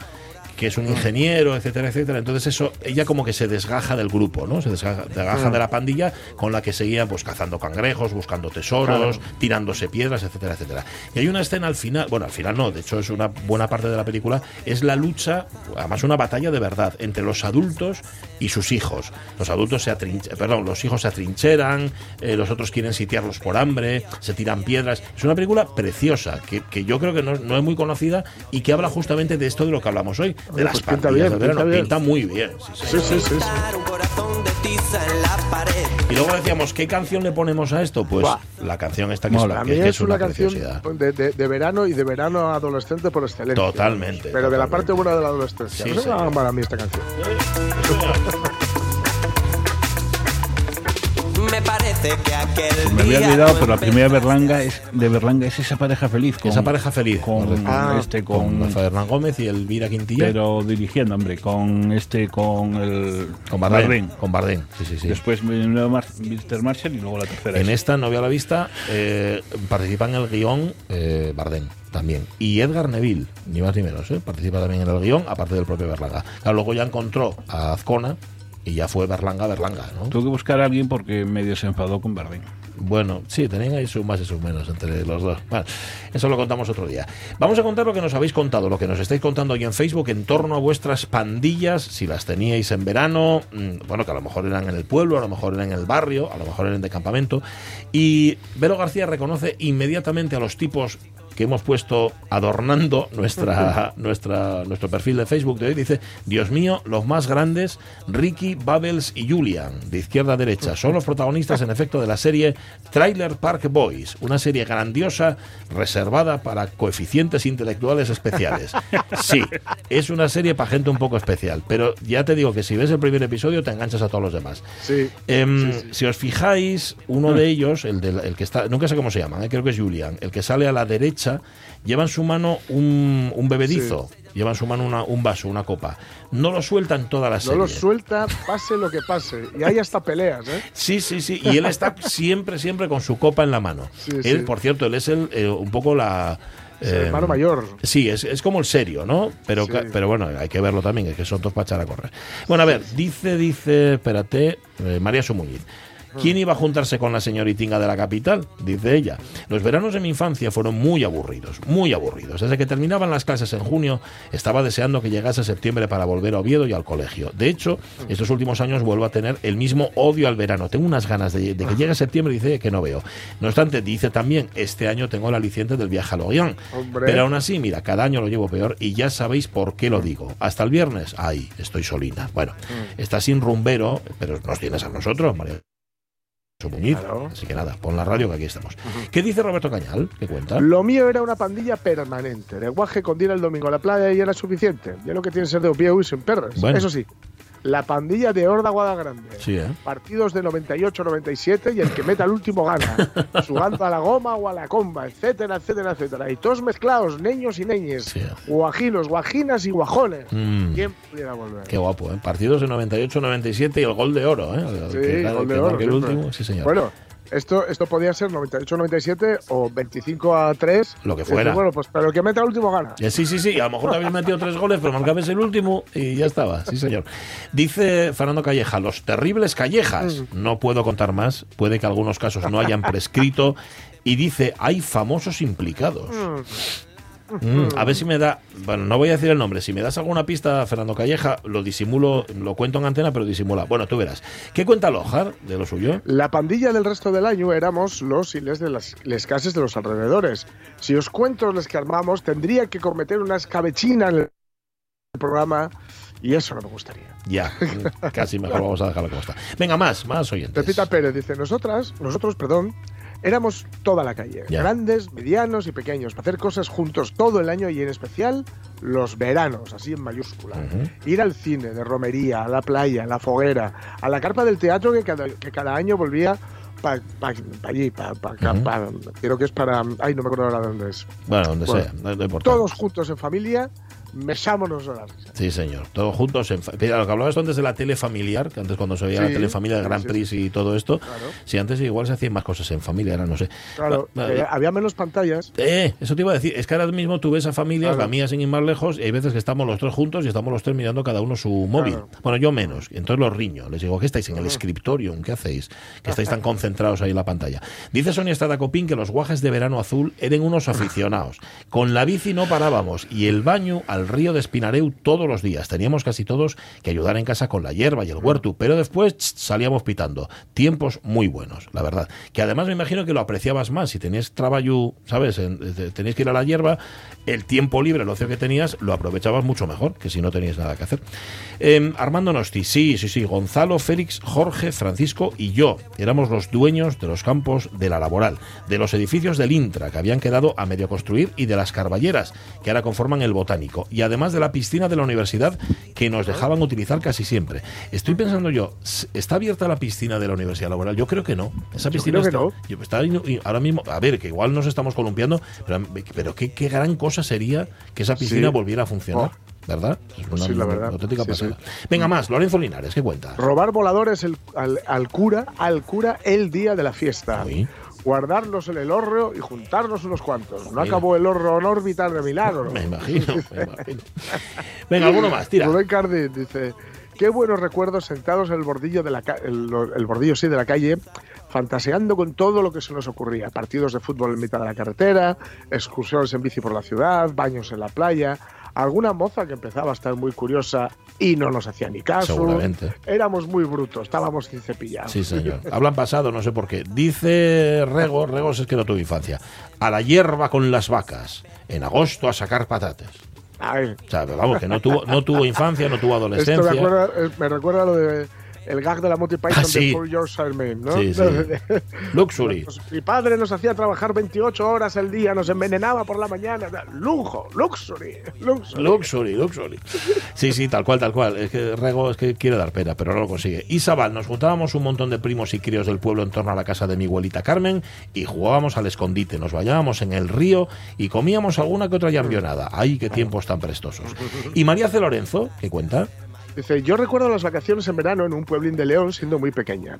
S2: que es un ingeniero, etcétera, etcétera. Entonces eso, ella como que se desgaja del grupo, ¿no? Se desgaja, desgaja
S12: Mm.
S2: de la pandilla con la que seguía pues cazando cangrejos, buscando tesoros,
S12: Claro.
S2: tirándose piedras, etcétera, etcétera. Y hay una escena al final, bueno, al final no, de hecho es una buena parte de la película, es la lucha, además una batalla de verdad, entre los adultos y sus hijos. Los adultos se atrincheran, perdón, los hijos se atrincheran, eh, los otros quieren sitiarlos por hambre, se tiran piedras. Es una película preciosa, que, que yo creo que no, no es muy conocida y que habla justamente de esto de lo que hablamos hoy, de
S15: Oye,
S2: las
S15: pues pinta
S2: pandillas
S15: bien,
S2: de verano.
S15: pinta bien.
S2: Pinta muy bien.
S15: Sí, sí, sí.
S2: Y luego decíamos, ¿qué canción le ponemos a esto? Pues
S15: Buah.
S2: la canción esta que, es,
S15: A
S2: que-
S15: mí
S2: que
S15: es,
S2: es
S15: una,
S2: una,
S15: canción
S2: preciosidad.
S15: de, de- de verano y de verano adolescente por excelencia.
S2: Totalmente,
S15: Pero de la
S2: totalmente.
S15: parte buena de la adolescencia.
S2: Sí,
S15: no se
S2: señor.
S15: llama para mí esta canción.
S11: Me parece que aquel
S3: Me había olvidado, pero la primera Berlanga es, de Berlanga es esa pareja feliz. Con,
S2: Esa pareja feliz.
S3: Con,
S2: Ah.
S3: este, con,
S2: Rafa Hernán Gómez y Elvira Quintilla.
S3: Pero dirigiendo, hombre, con este, con el.
S2: Con Bardem, Con Bardem, sí, sí, sí.
S3: Después Bienvenido Mar- Mr. Marshall y luego la tercera.
S2: En este-
S3: es-
S2: esta novia a la vista eh, participa en el guión eh, Bardem también. Y Edgar Neville, ni más ni menos, ¿eh? participa también en el guión, aparte del propio Berlanga. Claro, luego ya encontró a Azcona y ya fue Berlanga, Berlanga. ¿no?
S3: Tuve que buscar a alguien porque medio se enfadó con Bardem.
S2: Bueno, sí, tenían ahí sus más y sus menos entre los dos. Bueno, eso lo contamos otro día. Vamos a contar lo que nos habéis contado, lo que nos estáis contando hoy en Facebook en torno a vuestras pandillas, si las teníais en verano, mm, bueno, que a lo mejor eran en el pueblo, a lo mejor eran en el barrio, a lo mejor eran de campamento. Y Vero García reconoce inmediatamente a los tipos que hemos puesto adornando nuestra, nuestra, nuestro perfil de Facebook de hoy. Dice, Dios mío, los más grandes, Ricky, Babels y Julian, de izquierda a derecha, son los protagonistas en efecto de la serie Trailer Park Boys, una serie grandiosa reservada para coeficientes intelectuales especiales. Sí, es una serie para gente un poco especial, pero ya te digo que si ves el primer episodio te enganchas a todos los demás.
S15: Sí.
S2: Em, Si os fijáis, uno de ellos, el, del- el que está, nunca sé cómo se llama, eh, creo que es Julian, el que sale a la derecha, lleva en su mano un, un bebedizo, lleva en su mano una- un vaso, una copa. No lo sueltan toda la
S15: No
S2: serie.
S15: lo suelta, pase lo que pase. Y hay hasta peleas, ¿eh?
S2: Sí, sí, sí. Y él está siempre, siempre con su copa en la mano.
S15: Sí,
S2: él,
S15: sí.
S2: por cierto, él es el, eh, un poco la. eh,
S15: hermano mayor.
S2: Sí, es, es como el serio, ¿no? Pero,
S15: Sí.
S2: ca- pero bueno, hay que verlo también, es que son dos para echar a correr. Bueno, a ver, dice, dice, espérate, eh, María Sumuñiz. ¿Quién iba a juntarse con la señoritinga de la capital? Dice ella. Los veranos de mi infancia fueron muy aburridos, muy aburridos. Desde que terminaban las clases en junio, estaba deseando que llegase septiembre para volver a Oviedo y al colegio. De hecho, estos últimos años vuelvo a tener el mismo odio al verano. Tengo unas ganas de, de que llegue septiembre y dice que no veo. No obstante, dice también, este año tengo la aliciente del viaje a Loguión.
S12: Hombre.
S2: Pero aún así, mira, cada año lo llevo peor y ya sabéis por qué lo digo. Hasta el viernes, ay, estoy solina. Bueno,
S15: Mm.
S2: está sin rumbero, pero nos tienes a nosotros, María. Su Muñiz. Así que nada, pon la radio que aquí estamos. ¿Qué dice Roberto Cañal? ¿Qué cuenta?
S15: Lo mío era una pandilla permanente. De guaje con día el domingo a la playa y era suficiente. Ya lo que tiene ser de Opieu y sin perras.
S2: Bueno.
S15: Eso sí, la pandilla de Horda Guadagrande.
S2: Sí, ¿eh?
S15: Partidos de 98-97 y el que meta el último gana. Jugando a la goma o a la comba, etcétera, etcétera, etcétera. Y todos mezclados, niños y neñes. Guajinos, guajinas y guajones.
S2: Mm.
S15: ¿Quién pudiera volver?
S2: Qué guapo, ¿eh? Partidos de 98-97 y el gol de oro, ¿eh? El
S15: Sí,
S2: que-
S15: gol de
S2: que
S15: oro,
S2: marque el
S15: siempre.
S2: último, sí, señor.
S15: Bueno, esto, esto podía ser 98-97 o 25 a 3.
S2: Lo que
S15: Decir,
S2: fuera.
S15: Bueno, pues pero el que meta el último gana.
S2: Eh, Sí, sí, sí. A lo mejor te habéis metido tres goles, pero marcabas el último y ya estaba. Sí, señor. Dice Fernando Calleja, los terribles callejas.
S15: Mm.
S2: No puedo contar más. Puede que algunos casos no hayan prescrito. Y dice, hay famosos implicados. Mm, a ver si me da. Bueno, no voy a decir el nombre. Si me das alguna pista, Fernando Calleja, lo disimulo, lo cuento en antena, pero disimula. Bueno, tú verás. ¿Qué cuenta Lojar de lo suyo?
S15: La pandilla del resto del año éramos los y les de las les cases de los alrededores. Si os cuento les que armamos, tendría que cometer una escabechina en el programa y eso no me gustaría.
S2: Ya, casi mejor vamos a dejarlo como está. Venga, más, más oyentes.
S15: Pepita Pérez dice, nosotras, nosotros, perdón, éramos toda la calle,
S2: Ya.
S15: grandes, medianos y pequeños, para hacer cosas juntos todo el año y en especial los veranos, así en mayúscula. Ir al cine, de romería, a la playa, a la foguera, a la carpa del teatro que cada, que cada año volvía para allí, para creo que es para... Ay, no me acuerdo ahora dónde es.
S2: Bueno, donde
S15: Bueno,
S2: sea, no, no importa.
S15: Todos juntos en familia, mesámonos a la risa.
S2: Sí, señor. Todos juntos. En fa- Mira, lo que hablabas antes de la tele familiar, que antes cuando se veía la
S15: Sí,
S2: tele familiar, el Gran
S15: sí,
S2: Prix y todo esto, si antes igual se hacían más cosas en familia, ahora no sé.
S15: Claro,
S2: Va- va-
S15: eh, había menos pantallas.
S2: Eh, eso te iba a decir. Es que ahora mismo tú ves a familias, la mía sin ir más lejos, y hay veces que estamos los tres juntos y estamos los tres mirando cada uno su móvil. Bueno, yo menos. Entonces los riño. Les digo, ¿qué estáis en el escritorium? ¿Qué hacéis? Que estáis tan concentrados ahí en la pantalla. Dice Sonia Estrada Copín que los guajes de verano azul eran unos aficionados. Con la bici no parábamos y el baño al río de Espinareu todos los días. Teníamos casi todos que ayudar en casa con la hierba y el huerto, pero después tss, salíamos pitando. Tiempos muy buenos, la verdad. Que además me imagino que lo apreciabas más. Si tenías trabajo, ¿sabes? En- eh, tenías que ir a la hierba, el tiempo libre, el ocio que tenías, lo aprovechabas mucho mejor que si no tenías nada que hacer. Eh, Armando Nosti, sí, sí, sí. Gonzalo, Félix, Jorge, Francisco y yo éramos los dueños de los campos de la laboral, de los edificios del Intra que habían quedado a medio construir y de las carballeras que ahora conforman el botánico y además de la piscina de la universidad que nos dejaban utilizar casi siempre. Estoy pensando yo, ¿s- ¿está abierta la piscina de la universidad laboral? Yo creo que no. Esa
S15: Yo
S2: piscina
S15: creo que
S2: está- yo- está ahí- y ahora mismo, a ver, que igual nos estamos columpiando, pero, pero qué, qué gran cosa sería que esa piscina
S15: Sí.
S2: volviera a funcionar. ¿Verdad? Es
S15: Pues sí, la verdad.
S2: auténtica
S15: Sí,
S2: pasada. Venga, más, Lorenzo Linares, ¿qué cuenta?
S15: Robar voladores el- al, al cura, al cura el día de la fiesta. Guardarlos en el horreo y juntarnos unos cuantos. No
S2: Mira.
S15: acabó el horreo en órbita de milagro.
S2: Me imagino, me imagino. Venga, alguno más, tira.
S15: Rubén Cardín dice, qué buenos recuerdos sentados en el bordillo de la ca- el, el bordillo sí de la calle, fantaseando con todo lo que se nos ocurría, partidos de fútbol en mitad de la carretera, excursiones en bici por la ciudad, baños en la playa, alguna moza que empezaba a estar muy curiosa y no nos hacía ni caso.
S2: Seguramente.
S15: Éramos muy brutos, estábamos sin cepillar.
S2: Sí, señor. Hablan pasado, no sé por qué. Dice Rego, Rego es que no tuvo infancia. A la hierba con las vacas. En agosto a sacar patatas. O sea, pero vamos, que no tuvo, no tuvo infancia, no tuvo adolescencia.
S15: Esto me, acuerda- eh, me recuerda lo de el gag de la Monty Python
S2: Ah, sí.
S15: de For Your Surname, ¿no?
S2: Sí, sí. Luxury.
S15: Mi padre nos hacía trabajar 28 horas al día, nos envenenaba por la mañana. Lujo, luxury, luxury.
S2: Luxury, luxury. Sí, sí, tal cual, tal cual. Es que Rego es que quiere dar pena, pero no lo consigue. Isabel, nos juntábamos un montón de primos y críos del pueblo en torno a la casa de mi abuelita Carmen y jugábamos al escondite, nos bañábamos en el río y comíamos alguna que otra llambionada. ¡Ay, qué tiempos tan prestosos! Y María C. Lorenzo, ¿qué cuenta?
S15: Dice, yo recuerdo las vacaciones en verano en un pueblín de León siendo muy pequeña.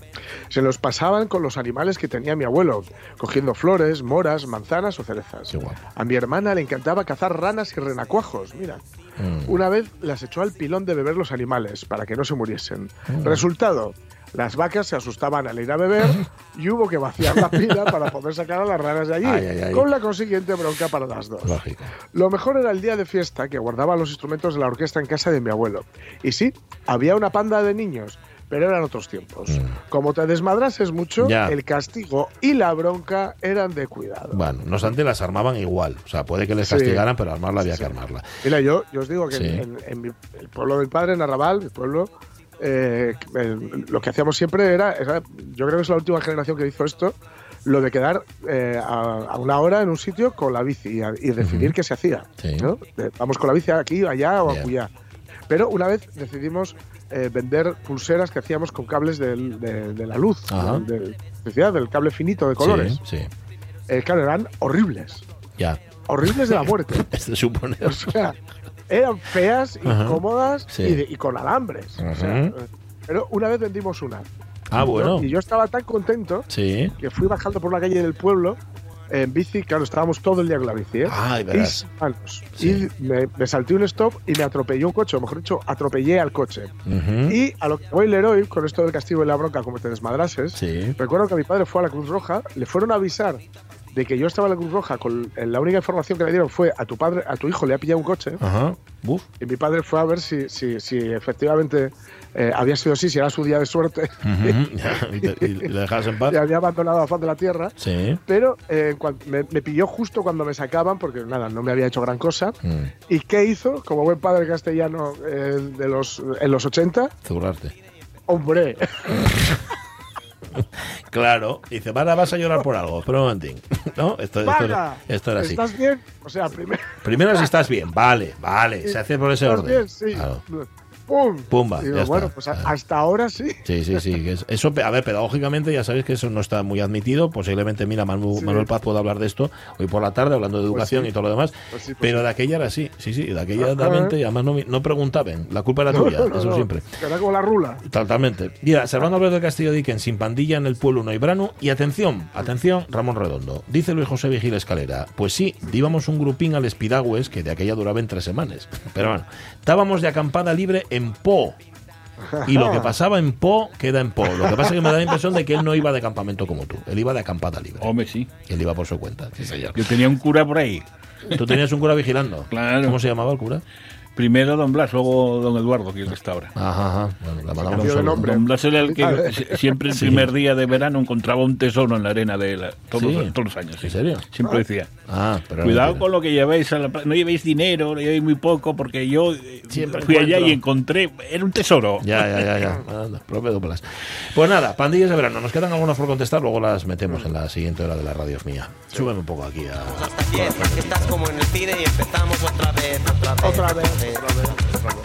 S15: Se los pasaban con los animales que tenía mi abuelo, cogiendo flores, moras, manzanas o cerezas. A mi hermana le encantaba cazar ranas y renacuajos, mira.
S2: Mm.
S15: Una vez las echó al pilón de beber los animales para que no se muriesen.
S2: Mm.
S15: Resultado, las vacas se asustaban al ir a beber y hubo que vaciar la pila para poder sacar a las ranas de allí,
S2: Ay, ay, ay.
S15: con la consiguiente bronca para las dos.
S2: Lógico.
S15: Lo mejor era el día de fiesta que guardaba los instrumentos de la orquesta en casa de mi abuelo. Y sí, había una panda de niños, pero eran otros tiempos. Como te desmadrases mucho,
S2: Ya.
S15: el castigo y la bronca eran de cuidado.
S2: Bueno, no obstante, las armaban igual. O sea, puede que les
S15: Sí.
S2: castigaran, pero armarla había que armarla.
S15: Mira, yo, yo os digo que
S2: Sí.
S15: en, en- en mi- el pueblo del padre, en Arrabal, mi pueblo, eh, el- lo que hacíamos siempre era, era- yo creo que es la última generación que hizo esto, lo de quedar eh, a, a una hora en un sitio con la bici y, a- y decidir qué se hacía. ¿no? De, Vamos con la bici aquí, allá o acullá. Pero una vez decidimos eh, vender pulseras que hacíamos con cables del- de, de la luz,
S2: Ajá.
S15: del- de, la electricidad, del cable finito de colores.
S2: Sí, sí.
S15: Eh, claro, eran horribles,
S2: Ya. Este
S15: horribles de la muerte.
S2: Se supone.
S15: O sea, eran feas,
S2: Ajá.
S15: incómodas
S2: Sí.
S15: y, de- y con alambres. O sea, eh, pero una vez vendimos una.
S2: Ah,
S15: ¿no?
S2: bueno.
S15: Y yo estaba tan contento
S2: Sí.
S15: que fui bajando por la calle del pueblo en bici, claro, estábamos todo el día con la bici, ¿eh?
S2: Ay,
S15: y,
S2: Ah, verás.
S15: sin manos. Y me, me salté un stop y me atropelló un coche, o mejor dicho, atropellé al coche.
S2: Ujú.
S15: Y a lo que voy Leroy, con esto del castigo y la bronca, como te desmadrases,
S2: Sí.
S15: recuerdo que mi padre fue a la Cruz Roja, le fueron a avisar de que yo estaba en la Cruz Roja con la única información que me dieron fue a tu padre, a tu hijo le ha pillado un coche.
S2: Ajá. Uf.
S15: Y mi padre fue a ver si, si, si efectivamente eh, había sido así, si era su día de suerte.
S2: Ujú. y, te- y le dejas en paz.
S15: Y había abandonado a faz de la tierra.
S2: Sí.
S15: Pero eh, cuan- me, me pilló justo cuando me sacaban, porque nada, no me había hecho gran cosa.
S2: Mm,
S15: ¿Y qué hizo? Como buen padre castellano eh, de los, en los 80,
S2: zurrarte.
S15: hombre,
S2: Claro. Dice, para, vas a llorar por algo. Pero un momentín. ¿No? Esto, esto,
S15: Vaga,
S2: esto era así.
S15: ¿estás bien? O sea, primero.
S2: Primero si estás bien. Vale, vale. Se hace por ese
S15: ¿estás
S2: orden.
S15: bien? Sí.
S2: Claro.
S15: ¡Pum!
S2: Pumba,
S15: Digo,
S2: ya
S15: bueno,
S2: está.
S15: pues a- hasta ahora sí.
S2: Sí, sí, sí. que es- Eso, a ver, pedagógicamente ya sabéis que eso no está muy admitido. Posiblemente, mira, Manu-
S15: Sí.
S2: Manuel Paz pueda hablar de esto hoy por la tarde, hablando de educación
S15: sí.
S2: y todo lo demás.
S15: Pues sí, pues
S2: pero
S15: sí.
S2: de aquella era sí, sí, sí. De aquella
S15: Ajá.
S2: realmente, y además no, no preguntaban. La culpa era
S15: No,
S2: tuya,
S15: no, no,
S2: eso
S15: no.
S2: siempre.
S15: Era como la rula.
S2: Totalmente. Mira, Servando Alberto del Castillo Dickens, sin pandilla en el pueblo no hay brano. Y atención, atención, Ramón Redondo. Dice Luis José Vigil Escalera. Pues sí, íbamos un grupín al Espidagües, que de aquella duraban tres semanas. Pero bueno, estábamos de acampada libre en Po. Y lo que pasaba en Po queda en Po. Lo que pasa es que me da la impresión de que él no iba de campamento como tú. Él iba de acampada libre.
S3: Hombre, sí.
S2: Él iba por su cuenta. Sí, señor.
S3: Yo tenía un cura por ahí.
S2: Tú tenías un cura vigilando.
S3: Claro.
S2: ¿Cómo se llamaba el cura?
S3: Primero don Blas, luego don Eduardo, que es el que está ahora.
S2: Ajá, ajá. Bueno, le mandamos
S3: Don,
S2: un saludo.
S3: don Blas era el que
S2: Sí.
S3: si- siempre el primer día de verano encontraba un tesoro en la arena de la, todos,
S2: Sí.
S3: los- todos los años. sí.
S2: ¿En serio?
S3: Siempre decía.
S2: Ah, pero
S3: Cuidado con lo que lleváis a la pla- No llevéis dinero, no llevéis muy poco, porque yo eh,
S2: Siempre
S3: fui allá
S2: encuentro.
S3: y encontré. Era un tesoro.
S2: Ya, ya, ya, ya. Anda, propio Duplas. Pues nada, pandillas de verano. Nos quedan algunas por contestar, luego las metemos en la siguiente hora de la radio mía. Súbeme un poco aquí a.
S11: Diez, que estás como en el cine y empezamos otra vez, otra vez. Otra vez,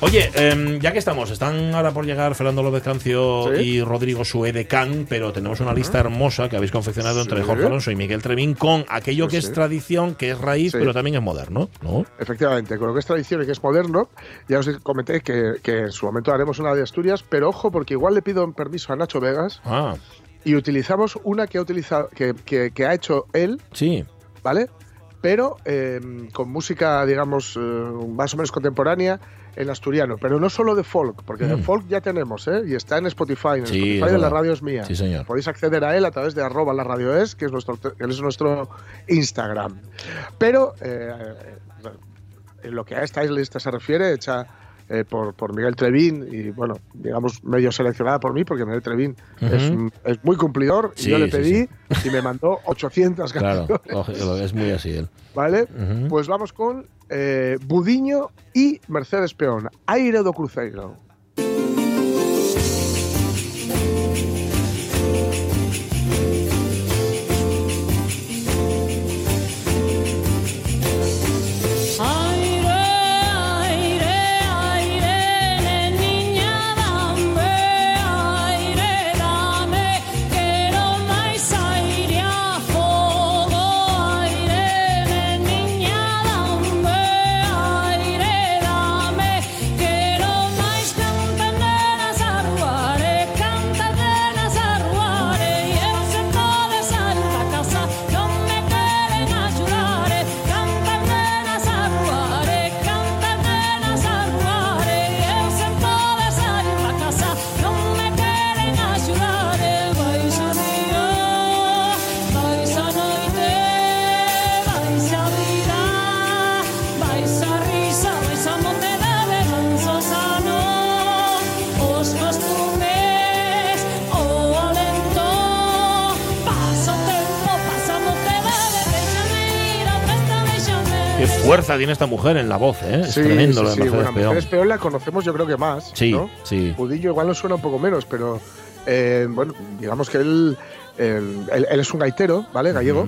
S2: Oye, em, ya que estamos, están ahora por llegar Fernando López Cancio
S15: Sí.
S2: y Rodrigo Suedecán, pero tenemos una lista hermosa que habéis confeccionado entre
S15: Sí.
S2: Jorge Alonso y Miguel Trevín con aquello
S15: Sí,
S2: que
S15: sí.
S2: es tradición, que es raíz,
S15: Sí.
S2: pero también es moderno, ¿no?
S15: Efectivamente, con lo que es tradición y que es moderno, ya os comenté que, que en su momento haremos una de Asturias, pero ojo, porque igual le pido permiso a Nacho Vegas
S2: Ah,
S15: y utilizamos una que ha, utilizado, que, que- que ha hecho él,
S2: sí.
S15: ¿vale? Pero eh, con música, digamos, eh, más o menos contemporánea en asturiano, pero no solo de folk, porque de
S2: Mm.
S15: folk ya tenemos, ¿eh? Y está en Spotify, en el
S2: Sí, es
S15: Spotify de la
S2: verdad.
S15: radio es mía.
S2: Sí, señor.
S15: Podéis acceder a él a través de arroba la radio es, que es nuestro, que es nuestro Instagram. Pero eh, en lo que a esta lista se refiere, hecha eh, por, por Miguel Trevín y, bueno, digamos, medio seleccionada por mí, porque Miguel Trevín
S2: Ujú.
S15: es, un- es muy cumplidor,
S2: Sí,
S15: y yo le
S2: sí,
S15: pedí y me mandó 800
S2: Claro,
S15: canciones,
S2: ojo, es muy así él.
S15: ¿vale?
S2: Ujú.
S15: Pues vamos con eh, Budiño y Mercedes Peón, Aire do Cruzeiro.
S5: Aire, aire, aire, neniña dame, aire, dame, quero máis aire a fogo. Aire, neniña dame, aire, dame, quero máis canta nenas arruare, canta nenas arruare, e eu sentado santa casa, non me queren axudar, e canta nenas arruare, canta nenas arruare, e eu sentado santa casa, non me queren axudar, e vais a día, vais a noite, vais a vida, vais a risa, vais a monedade, non sos sano, os costumes, o alento. Pasa o tempo, pasa a mocedade, déxame ir a festa, déxame
S2: Qué fuerza tiene esta mujer en la voz, ¿eh? Es tremendo lo de Mercedes
S15: bueno,
S2: Peón.
S15: Mercedes Peón la conocemos yo creo que más,
S2: Sí,
S15: ¿no?
S2: sí.
S15: Budillo igual nos suena un poco menos, pero eh, bueno, digamos que él, él, él- él es un gaitero, ¿vale? Gallego.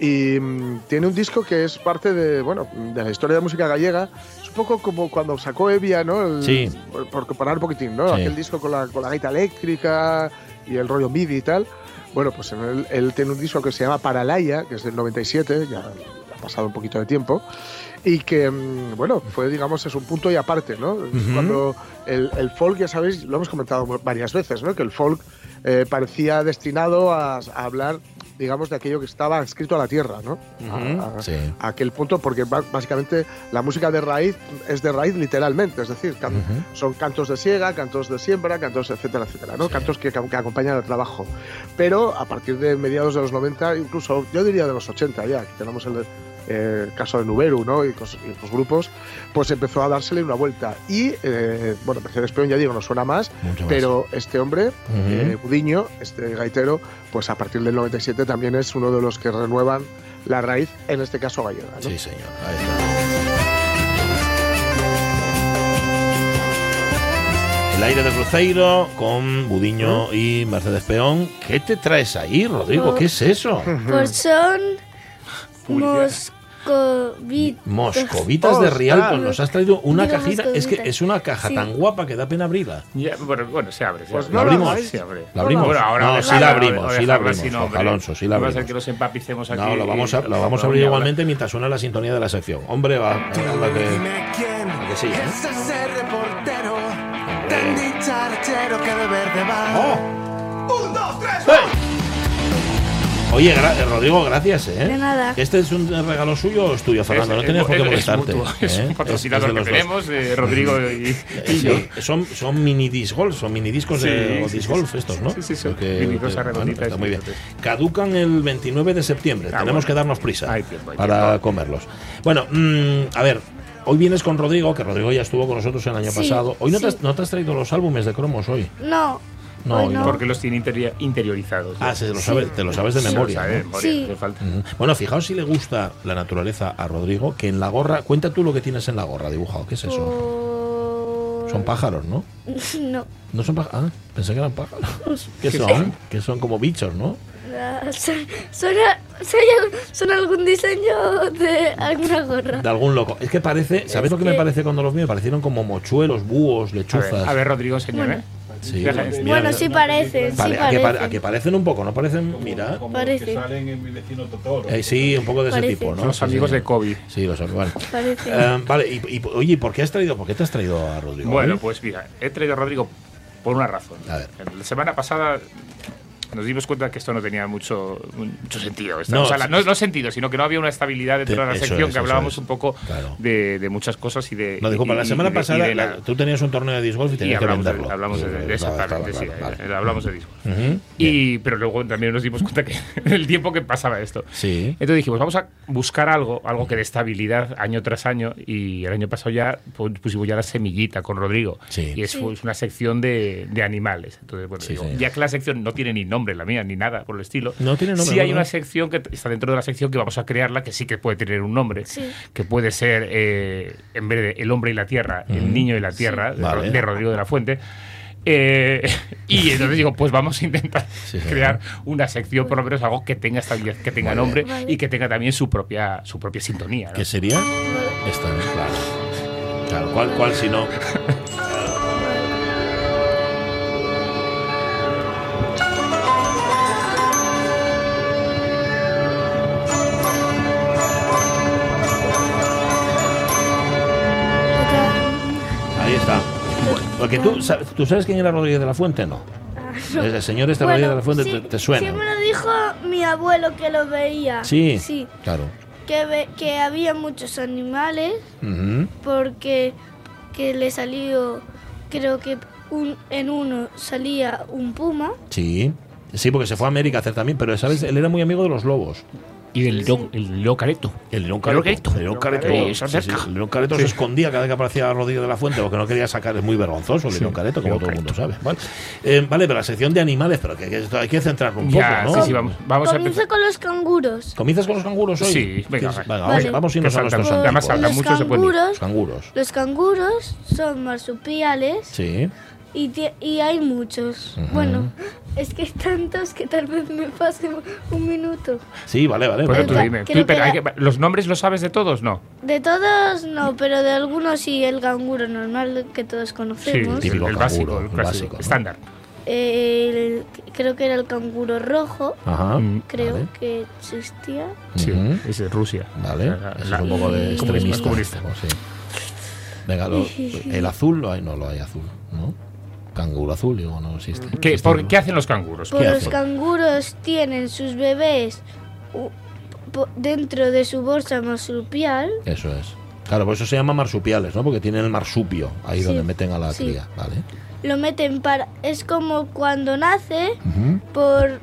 S15: Y mm, tiene un disco que es parte de, bueno, de la historia de la música gallega. Es un poco como cuando sacó Evia, ¿no? El-
S2: Sí.
S15: Por, por comparar un poquitín, ¿no?
S2: Sí.
S15: Aquel disco con la, con la gaita eléctrica y el rollo MIDI y tal. Bueno, pues en él, él tiene un disco que se llama Paralaya, que es del 97, ya ha pasado un poquito de tiempo y que, mm, bueno, fue, digamos, es un punto y aparte, ¿no? Cuando el, el folk, ya sabéis, lo hemos comentado mu- varias veces, ¿no? Que el folk eh, parecía destinado a, a hablar, digamos, de aquello que estaba escrito a la tierra, ¿no?
S2: Ujú,
S15: a, a-
S2: sí.
S15: a aquel punto, porque ba- básicamente la música de raíz es de raíz literalmente, es decir, can- son cantos de siega, cantos de siembra, cantos, etcétera, etcétera, ¿no? Cantos que, que acompañan al trabajo. Pero a partir de mediados de los 90, incluso yo diría de los 80 ya, que tenemos el, eh, el caso de Nuberu ¿no? y, cos- y otros grupos, pues empezó a dársele una vuelta. Y, eh, bueno, Mercedes Peón, ya digo, no suena más,
S2: Mucho más.
S15: pero este hombre, eh,
S2: Ujú.
S15: Gudiño, este gaitero, pues a partir del 97 también es uno de los que renuevan la raíz, en este caso gallega. ¿no?
S2: Sí, señor. El aire de Cruzeiro con Budiño y Mercedes Peón. ¿Qué te traes ahí, Rodrigo? ¿Qué es eso?
S12: Pues son moscovitas.
S2: Moscovitas de Rialto. Nos has traído una
S12: Digo
S2: cajita. Es que
S12: moscovitas.
S2: es una caja
S12: Sí.
S2: tan guapa que da pena abrirla.
S9: Ya, bueno, bueno, se abre. Se
S2: Pues
S9: abre.
S2: no la hagáis.
S9: Se abre.
S2: La abrimos.
S9: Bueno, ahora
S2: No,
S9: dejarla,
S2: sí la
S9: o-
S2: abrimos,
S9: o
S2: sí la
S9: dejarla
S2: abrimos,
S9: sin
S2: Jorge
S9: nombre.
S2: Alonso, sí la
S9: Va a
S2: abrimos.
S9: ser que los empapicemos aquí.
S2: No, la vamos a, la vamos a abrir igualmente mientras suena la sintonía de la sección. Hombre, va. anda que, a que sí, ¿eh?
S17: Es ese reportero tan dicharachero que de verde va. ¡Un, dos, tres,
S2: ¡Oh! Oye, gra- eh, Rodrigo, gracias, ¿eh?
S17: De nada.
S2: ¿Este es un regalo suyo o es tuyo, Fernando? No
S9: es-
S2: tenías por qué
S9: es- es
S2: molestarte.
S9: mutuo. Es un
S2: ¿eh?
S9: patrocinador
S2: de
S9: que
S2: los dos.
S9: tenemos, eh, Rodrigo y-
S2: Eh,
S9: y
S2: sí, son, son mini disc golf, son mini discos de
S9: Sí,
S2: o
S9: sí,
S2: disc
S9: sí,
S2: golf
S9: sí,
S2: estos, ¿no?
S9: sí, sí, son
S2: Porque-
S9: mini
S2: eh,
S9: cosas
S2: bueno,
S9: redonditas,
S2: está muy bien.
S9: sí,
S2: Caducan el 29 de septiembre.
S9: Ah,
S2: Tenemos
S9: bueno.
S2: que darnos prisa para comerlos. Bueno, mm, a ver. Hoy vienes con Rodrigo, que Rodrigo ya estuvo con nosotros el año
S12: Sí,
S2: pasado. Hoy no, te
S12: sí.
S2: has, no te has traído los álbumes de cromos hoy.
S12: No.
S2: No,
S12: hoy no.
S9: Porque los tiene interi- interiorizados.
S2: Ah, sí, te lo sabes- te lo sabes de memoria,
S9: Se lo sabe de
S2: ¿no?
S9: memoria, ¿eh?
S12: Sí.
S9: hace falta.
S2: Ujú. Bueno, fijaos si le gusta la naturaleza a Rodrigo, que en la gorra, cuenta tú lo que tienes en la gorra dibujado, ¿qué es eso? Son pájaros, ¿no?
S12: No.
S2: No son pájaros. Ah, pensé que eran pájaros. ¿Qué son? Que son como bichos, ¿no?
S12: Ah, son- Son, a- son al- son algún diseño de alguna gorra.
S2: De algún loco. Es que parece, ¿sabes lo que me
S12: Ah. que-
S2: parece cuando los míos? Parecieron como mochuelos, búhos,
S9: A ver,
S2: lechuzas.
S9: a ver, Rodrigo, señor,
S12: Bueno.
S9: ¿eh?
S2: Sí,
S9: Deja-
S2: mira,
S12: Bueno, sí parecen,
S2: Pare-
S12: sí
S2: a, que pare- a
S12: parecen.
S2: que parecen un poco, ¿no? Parecen, mira.
S3: Como los
S12: Parece.
S3: que salen en mi vecino Totoro.
S2: Eh, sí, un poco de ese
S12: Parece.
S2: tipo, ¿no?
S9: Los amigos de
S2: Kobe. Sí, los amigos. Vale,
S12: Parece.
S2: Eh, vale, y, y- oye, ¿por qué has traído, por qué te has traído a Rodrigo?
S9: Bueno,
S2: hoy?
S9: pues mira, he traído a Rodrigo por una razón. La semana pasada nos dimos cuenta que esto no tenía mucho, mucho sentido. Estamos
S2: No,
S9: habla-
S2: sí,
S9: no,
S2: sí.
S9: no sentido, sino que no había una estabilidad dentro
S2: Te-
S9: de la
S2: eso
S9: sección,
S2: es,
S9: que
S2: eso
S9: hablábamos
S2: es.
S9: un poco
S2: Claro.
S9: de, de muchas cosas y de...
S2: No, disculpa,
S9: Eh, y-
S2: la
S9: y-
S2: semana
S9: y de- y
S2: pasada
S9: de la-
S2: la- tú tenías un torneo de disc golf y
S9: y
S2: tenías que
S9: hablamos,
S2: venderlo.
S9: de, hablamos de, de- de-
S2: Estaba-
S9: exactamente,
S2: estaba
S9: sí,
S2: claro, vale.
S9: eh, hablamos de disco.
S2: Ujú.
S9: Y, pero luego también nos dimos cuenta que el tiempo que pasaba esto.
S2: Sí.
S9: Entonces dijimos, vamos a buscar algo, algo que dé estabilidad año tras año. Y el año pasado ya pu- pusimos ya la semillita con Rodrigo. Y es
S2: Sí.
S9: pues, una sección de, de animales. Entonces, bueno,
S2: Sí,
S9: digo,
S2: señor.
S9: ya que la sección no tiene ni nombre, la mía, ni nada por el estilo.
S2: No tiene nombre,
S9: Sí hay
S2: ¿no?
S9: una sección que está dentro de la sección que vamos a crearla, que sí que puede tener un nombre. Que puede ser, eh, en vez de El hombre y la tierra,
S2: Ujú.
S9: El niño y la
S2: Sí.
S9: tierra, de, Ro-
S2: Vale.
S9: de Rodrigo de la Fuente. Eh, y entonces digo, pues vamos a intentar crear una sección, por lo menos algo que tenga estabilidad, que tenga
S2: Vale.
S9: nombre
S2: Vale.
S9: y que tenga también su propia, su propia sintonía. ¿no?
S2: ¿Qué sería? Esta, claro. Claro, ¿cuál, cuál si no? Ahí está. Porque tú, sa- tú sabes quién era Rodríguez de la Fuente, ¿no?
S12: No.
S2: El señor este Rodríguez de la Fuente te, te suena.
S12: Sí, me lo dijo mi abuelo que lo veía.
S2: Sí. Claro.
S12: Que, ve- que había muchos animales
S2: Ujú.
S12: porque que le salió, creo que un, en uno salía un puma.
S2: Sí. Sí, porque se fue a América a hacer también, pero ¿sabes? Él era muy amigo de los lobos.
S9: Y del león careto.
S2: El león careto. El león careto.
S9: Eh,
S2: Sí,
S9: se
S2: sí,
S9: acerca.
S2: El león careto se escondía cada vez que aparecía Rodríguez de la Fuente porque no quería sacar. Es muy vergonzoso el
S9: Sí,
S2: león careto, como
S9: León
S2: todo el mundo sabe. Vale, Eh, vale pero la sección de animales, pero que, que esto hay que centrarlo un
S9: Ya,
S2: poco,
S9: sí,
S2: ¿no?
S9: sí, vamos, vamos a empezar.
S12: Comienza con los canguros.
S2: ¿Comienzas con los canguros hoy?
S9: Sí, venga,
S2: ¿Quieres-
S9: va.
S2: vamos,
S12: Vale.
S2: vamos a irnos
S9: Que
S2: a nuestros
S9: saltan- además
S2: antiguos.
S9: saltan Los mucho, se pueden ir.
S12: canguros.
S2: Canguros.
S12: Los canguros son marsupiales
S2: Sí.
S12: y, tie- y hay muchos.
S2: Ujú.
S12: Bueno, es que hay tantos que tal vez me pase un minuto.
S2: Sí, vale, vale.
S9: Bueno,
S12: vale.
S9: tú
S12: Creo
S9: dime.
S12: que
S9: Tú,
S12: lo
S9: pero
S12: que
S9: hay
S12: da-
S9: que- ¿Los nombres los sabes de todos? No.
S12: De todos no, pero de algunos sí, el canguro normal que todos conocemos.
S9: el,
S2: típico
S9: el básico,
S2: canguro,
S9: el
S2: el
S9: clásico,
S2: básico, ¿no?
S9: estándar.
S12: Eh, El- creo que era el canguro rojo,
S2: Ajá.
S12: creo
S2: Vale.
S12: que existía.
S9: Sí,
S2: Ujú.
S9: ese es Rusia.
S2: Vale.
S9: La-
S2: Eso
S9: la-
S2: es un poco de
S9: y-
S2: extremista.
S9: comunista.
S2: Sí. Venga, lo- el azul, lo hay, no lo hay azul, ¿no? Canguro azul, digo, no existe.
S3: ¿Qué, por, ¿qué hacen los canguros?
S12: Pues
S2: ¿Qué
S12: los
S2: hacen?
S12: canguros tienen sus bebés u- po- dentro de su bolsa marsupial.
S2: Eso es. Claro, por eso se llama marsupiales, ¿no? Porque tienen el marsupio, ahí
S12: Sí.
S2: donde meten a la
S12: Sí.
S2: cría, ¿vale?
S12: Lo meten para. Es como cuando nace, por.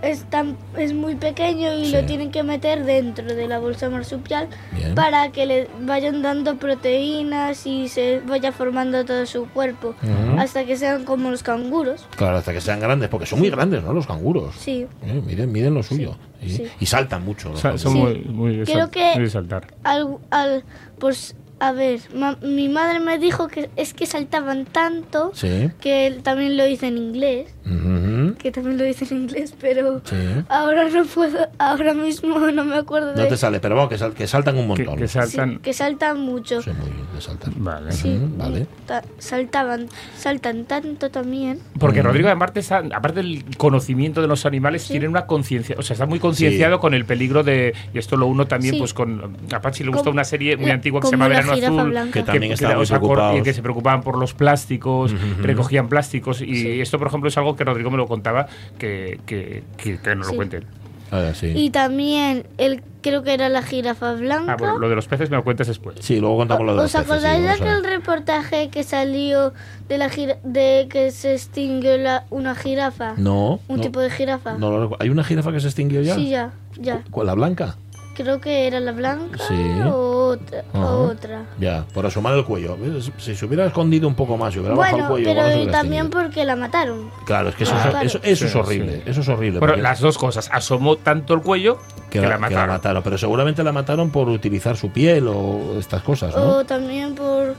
S12: Es, tan- es muy pequeño y lo tienen que meter dentro de la bolsa marsupial
S2: Bien.
S12: para que le vayan dando proteínas y se vaya formando todo su cuerpo
S2: Ujú.
S12: hasta que sean como los canguros.
S2: Claro, hasta que sean grandes, porque son muy grandes, ¿no? Los canguros.
S12: Sí.
S2: Eh, miren, miren lo suyo. Y,
S12: sí.
S2: y saltan mucho. los
S3: Sa- son
S2: canguros.
S3: muy, muy, de
S12: Creo
S3: sal-
S12: que-
S3: muy de saltar.
S12: Al, al- pues, a ver, ma- mi madre me dijo que es que saltaban tanto
S2: Sí.
S12: que él también lo hice en inglés,
S2: Ujú.
S12: que también lo hice en inglés, pero
S2: Sí.
S12: ahora no puedo, ahora mismo no me acuerdo de
S2: No te sale, pero vamos, que, sal- que saltan un montón. Que,
S12: Sí, que saltan mucho.
S2: muy bien, que saltan.
S3: Vale.
S12: Sí.
S2: vale.
S12: Ta- saltaban, saltan tanto también.
S3: Porque Rodrigo, aparte, esa- aparte del conocimiento de los animales, tienen una conciencia, o sea, está muy concienciado con el peligro de, y esto lo uno también,
S12: Sí.
S3: pues con, a Pachi le gusta
S12: Como
S3: una serie muy
S12: la-
S3: antigua que se
S12: como
S3: llama
S12: la
S3: Verano
S12: jirafa
S3: Azul,
S12: blanca.
S2: Que también estaba muy
S3: os acor-
S2: preocupados.
S3: y que se preocupaban por los plásticos,
S2: Ujú.
S3: recogían plásticos, y esto, por ejemplo, es algo que Rodrigo me lo contaba, que, que, que, que nos
S12: Sí.
S3: lo cuenten.
S2: Ahora sí.
S12: Y también, el, creo que era la jirafa blanca.
S3: Ah, bueno, lo de los peces me lo cuentas después.
S2: Sí, luego contamos lo de los
S12: Ah, ¿Os
S2: peces, sí,
S12: acordáis de
S2: vamos a ver.
S12: aquel reportaje que salió de la jira- de que se extinguió la- una jirafa?
S2: No.
S12: Un
S2: no,
S12: tipo de jirafa.
S2: no lo recu- ¿Hay una jirafa que se extinguió ya?
S12: Sí, ya, ya.
S2: ¿Cuál, la blanca?
S12: Creo que era la blanca
S2: Sí.
S12: o otra. o
S2: Ajá.
S12: otra.
S2: Ya, por asomar el cuello. ¿Ves? Si se hubiera escondido un poco más, se hubiera bajado el
S12: Bueno,
S2: cuello. igual no se
S12: pero y
S2: hubiera
S12: también porque la mataron.
S2: extinguido. Claro, es que eso,
S12: Ah,
S2: es-
S12: claro.
S2: eso, eso es
S3: Sí,
S2: horrible.
S3: sí.
S2: Eso es horrible.
S3: Bueno,
S2: porque-
S3: las dos cosas, asomó tanto el cuello que, la,
S2: que la
S3: mataron.
S2: mataron. Pero seguramente la mataron por utilizar su piel o estas cosas, ¿no?
S12: O también por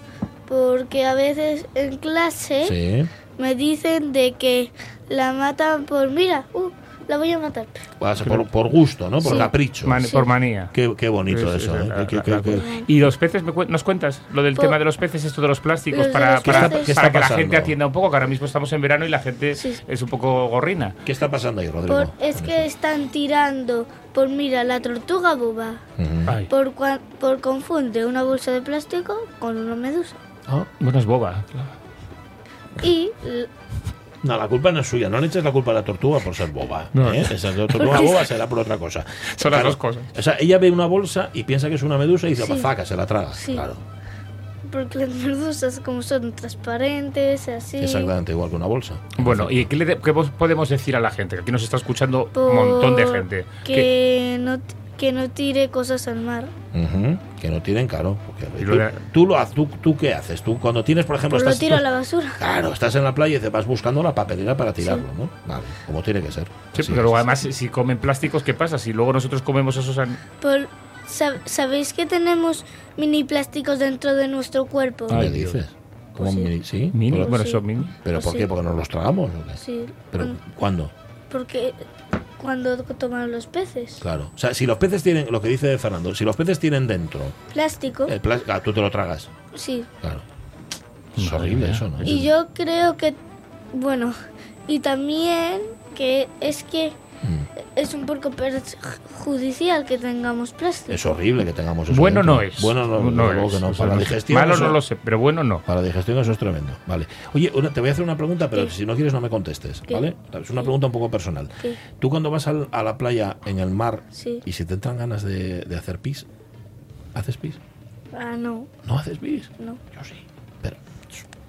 S12: porque a veces en clase
S2: Sí.
S12: me dicen de que la matan por mira, uh, la voy a matar.
S2: Ah, Por, por gusto, ¿no? Por
S12: Sí.
S2: capricho.
S3: Man- Por manía.
S2: Qué, qué bonito
S3: Sí, sí,
S2: eso,
S3: sí,
S2: ¿eh?
S3: la-
S2: Qué-
S3: la-
S2: qué-
S3: la-
S2: qué-
S3: ¿Y los peces? me cuen- ¿Nos cuentas lo del
S12: Por-
S3: tema de los peces, esto de los plásticos,
S12: Los de
S3: para,
S12: los
S3: para-
S12: peces. ¿Qué está
S3: para que la
S2: pasando?
S3: gente atienda un poco? Que ahora mismo estamos en verano y la gente es un poco gorrina.
S2: ¿Qué está pasando ahí, Rodrigo?
S12: Por- es que están tirando por mira la tortuga boba
S3: Ay,
S12: por cua- por confunde una bolsa de plástico con una medusa
S3: bueno, es boba.
S12: y l-
S2: No, la culpa no es suya. No le eches la culpa a la tortuga por ser boba.
S3: No.
S2: ¿eh? Esa tortuga
S3: Porque-
S2: boba será por otra cosa.
S3: Son las dos cosas.
S2: O sea, ella ve una bolsa y piensa que es una medusa y dice,
S12: Sí.
S2: "Pues, faca, se la traga.
S12: Sí.
S2: Claro.
S12: porque las medusas como son transparentes así
S2: Exactamente igual que una bolsa.
S3: Bueno, ¿y qué, le de- qué vos- podemos decir a la gente? Que aquí nos está escuchando
S12: por-
S3: un montón de gente. Que-
S12: que no t- que no tire cosas al mar
S2: Ujú, Que no tienen caro. porque
S3: Y
S2: tú,
S3: lo de-
S2: tú lo haz, tú, tú qué haces. Tú cuando tienes, por ejemplo,
S12: pues lo
S2: estás-
S12: tiro a la basura
S2: Claro, estás en la playa y te vas buscando la papelera para tirarlo, ¿no? Vale, como tiene que ser.
S3: Sí,
S2: Así
S3: pero luego
S2: es.
S3: además, si- si comen plásticos, ¿qué pasa? Si luego nosotros comemos esos... an-
S12: Por- sab- sabéis que tenemos mini plásticos dentro de nuestro cuerpo
S2: ¿Qué dices? ¿Cómo
S12: Pues sí.
S2: mini? ¿Sí?
S3: Mini,
S2: Pero-
S3: bueno,
S12: sí.
S3: son mini.
S2: ¿Pero
S12: Pues
S2: por
S12: sí.
S2: qué? ¿Porque nos los tragamos o qué?
S12: sí
S2: ¿Pero
S12: bueno,
S2: cuándo?
S12: porque cuando toman los peces
S2: Claro. O sea, si los peces tienen, lo que dice Fernando, si los peces tienen dentro,
S12: plástico
S2: el plas- ah, tú te lo tragas.
S12: sí
S2: Claro. Es horrible eso, ¿no?
S12: Y yo creo que, bueno, y también que es que es un poco perjudicial que tengamos plástico.
S2: Es horrible que tengamos eso.
S3: Bueno
S2: dentro.
S3: no es.
S2: Bueno no,
S3: No
S2: no,
S3: es.
S2: que no.
S3: O sea,
S2: Para
S3: no-
S2: la digestión.
S3: malo
S2: eso-
S3: no lo sé, pero bueno no.
S2: Para la digestión eso es tremendo. Vale. Oye, una- te voy a hacer una pregunta, pero
S12: ¿Qué?
S2: si no quieres no me contestes,
S12: ¿Qué?
S2: ¿vale? Es una pregunta un poco personal.
S12: ¿Qué?
S2: Tú cuando vas al- a la playa en el mar
S12: Sí.
S2: y si te entran ganas de, de hacer pis, ¿haces pis?
S12: Ah, no,
S2: ¿No haces pis?
S12: no.
S2: Yo sí. Pero,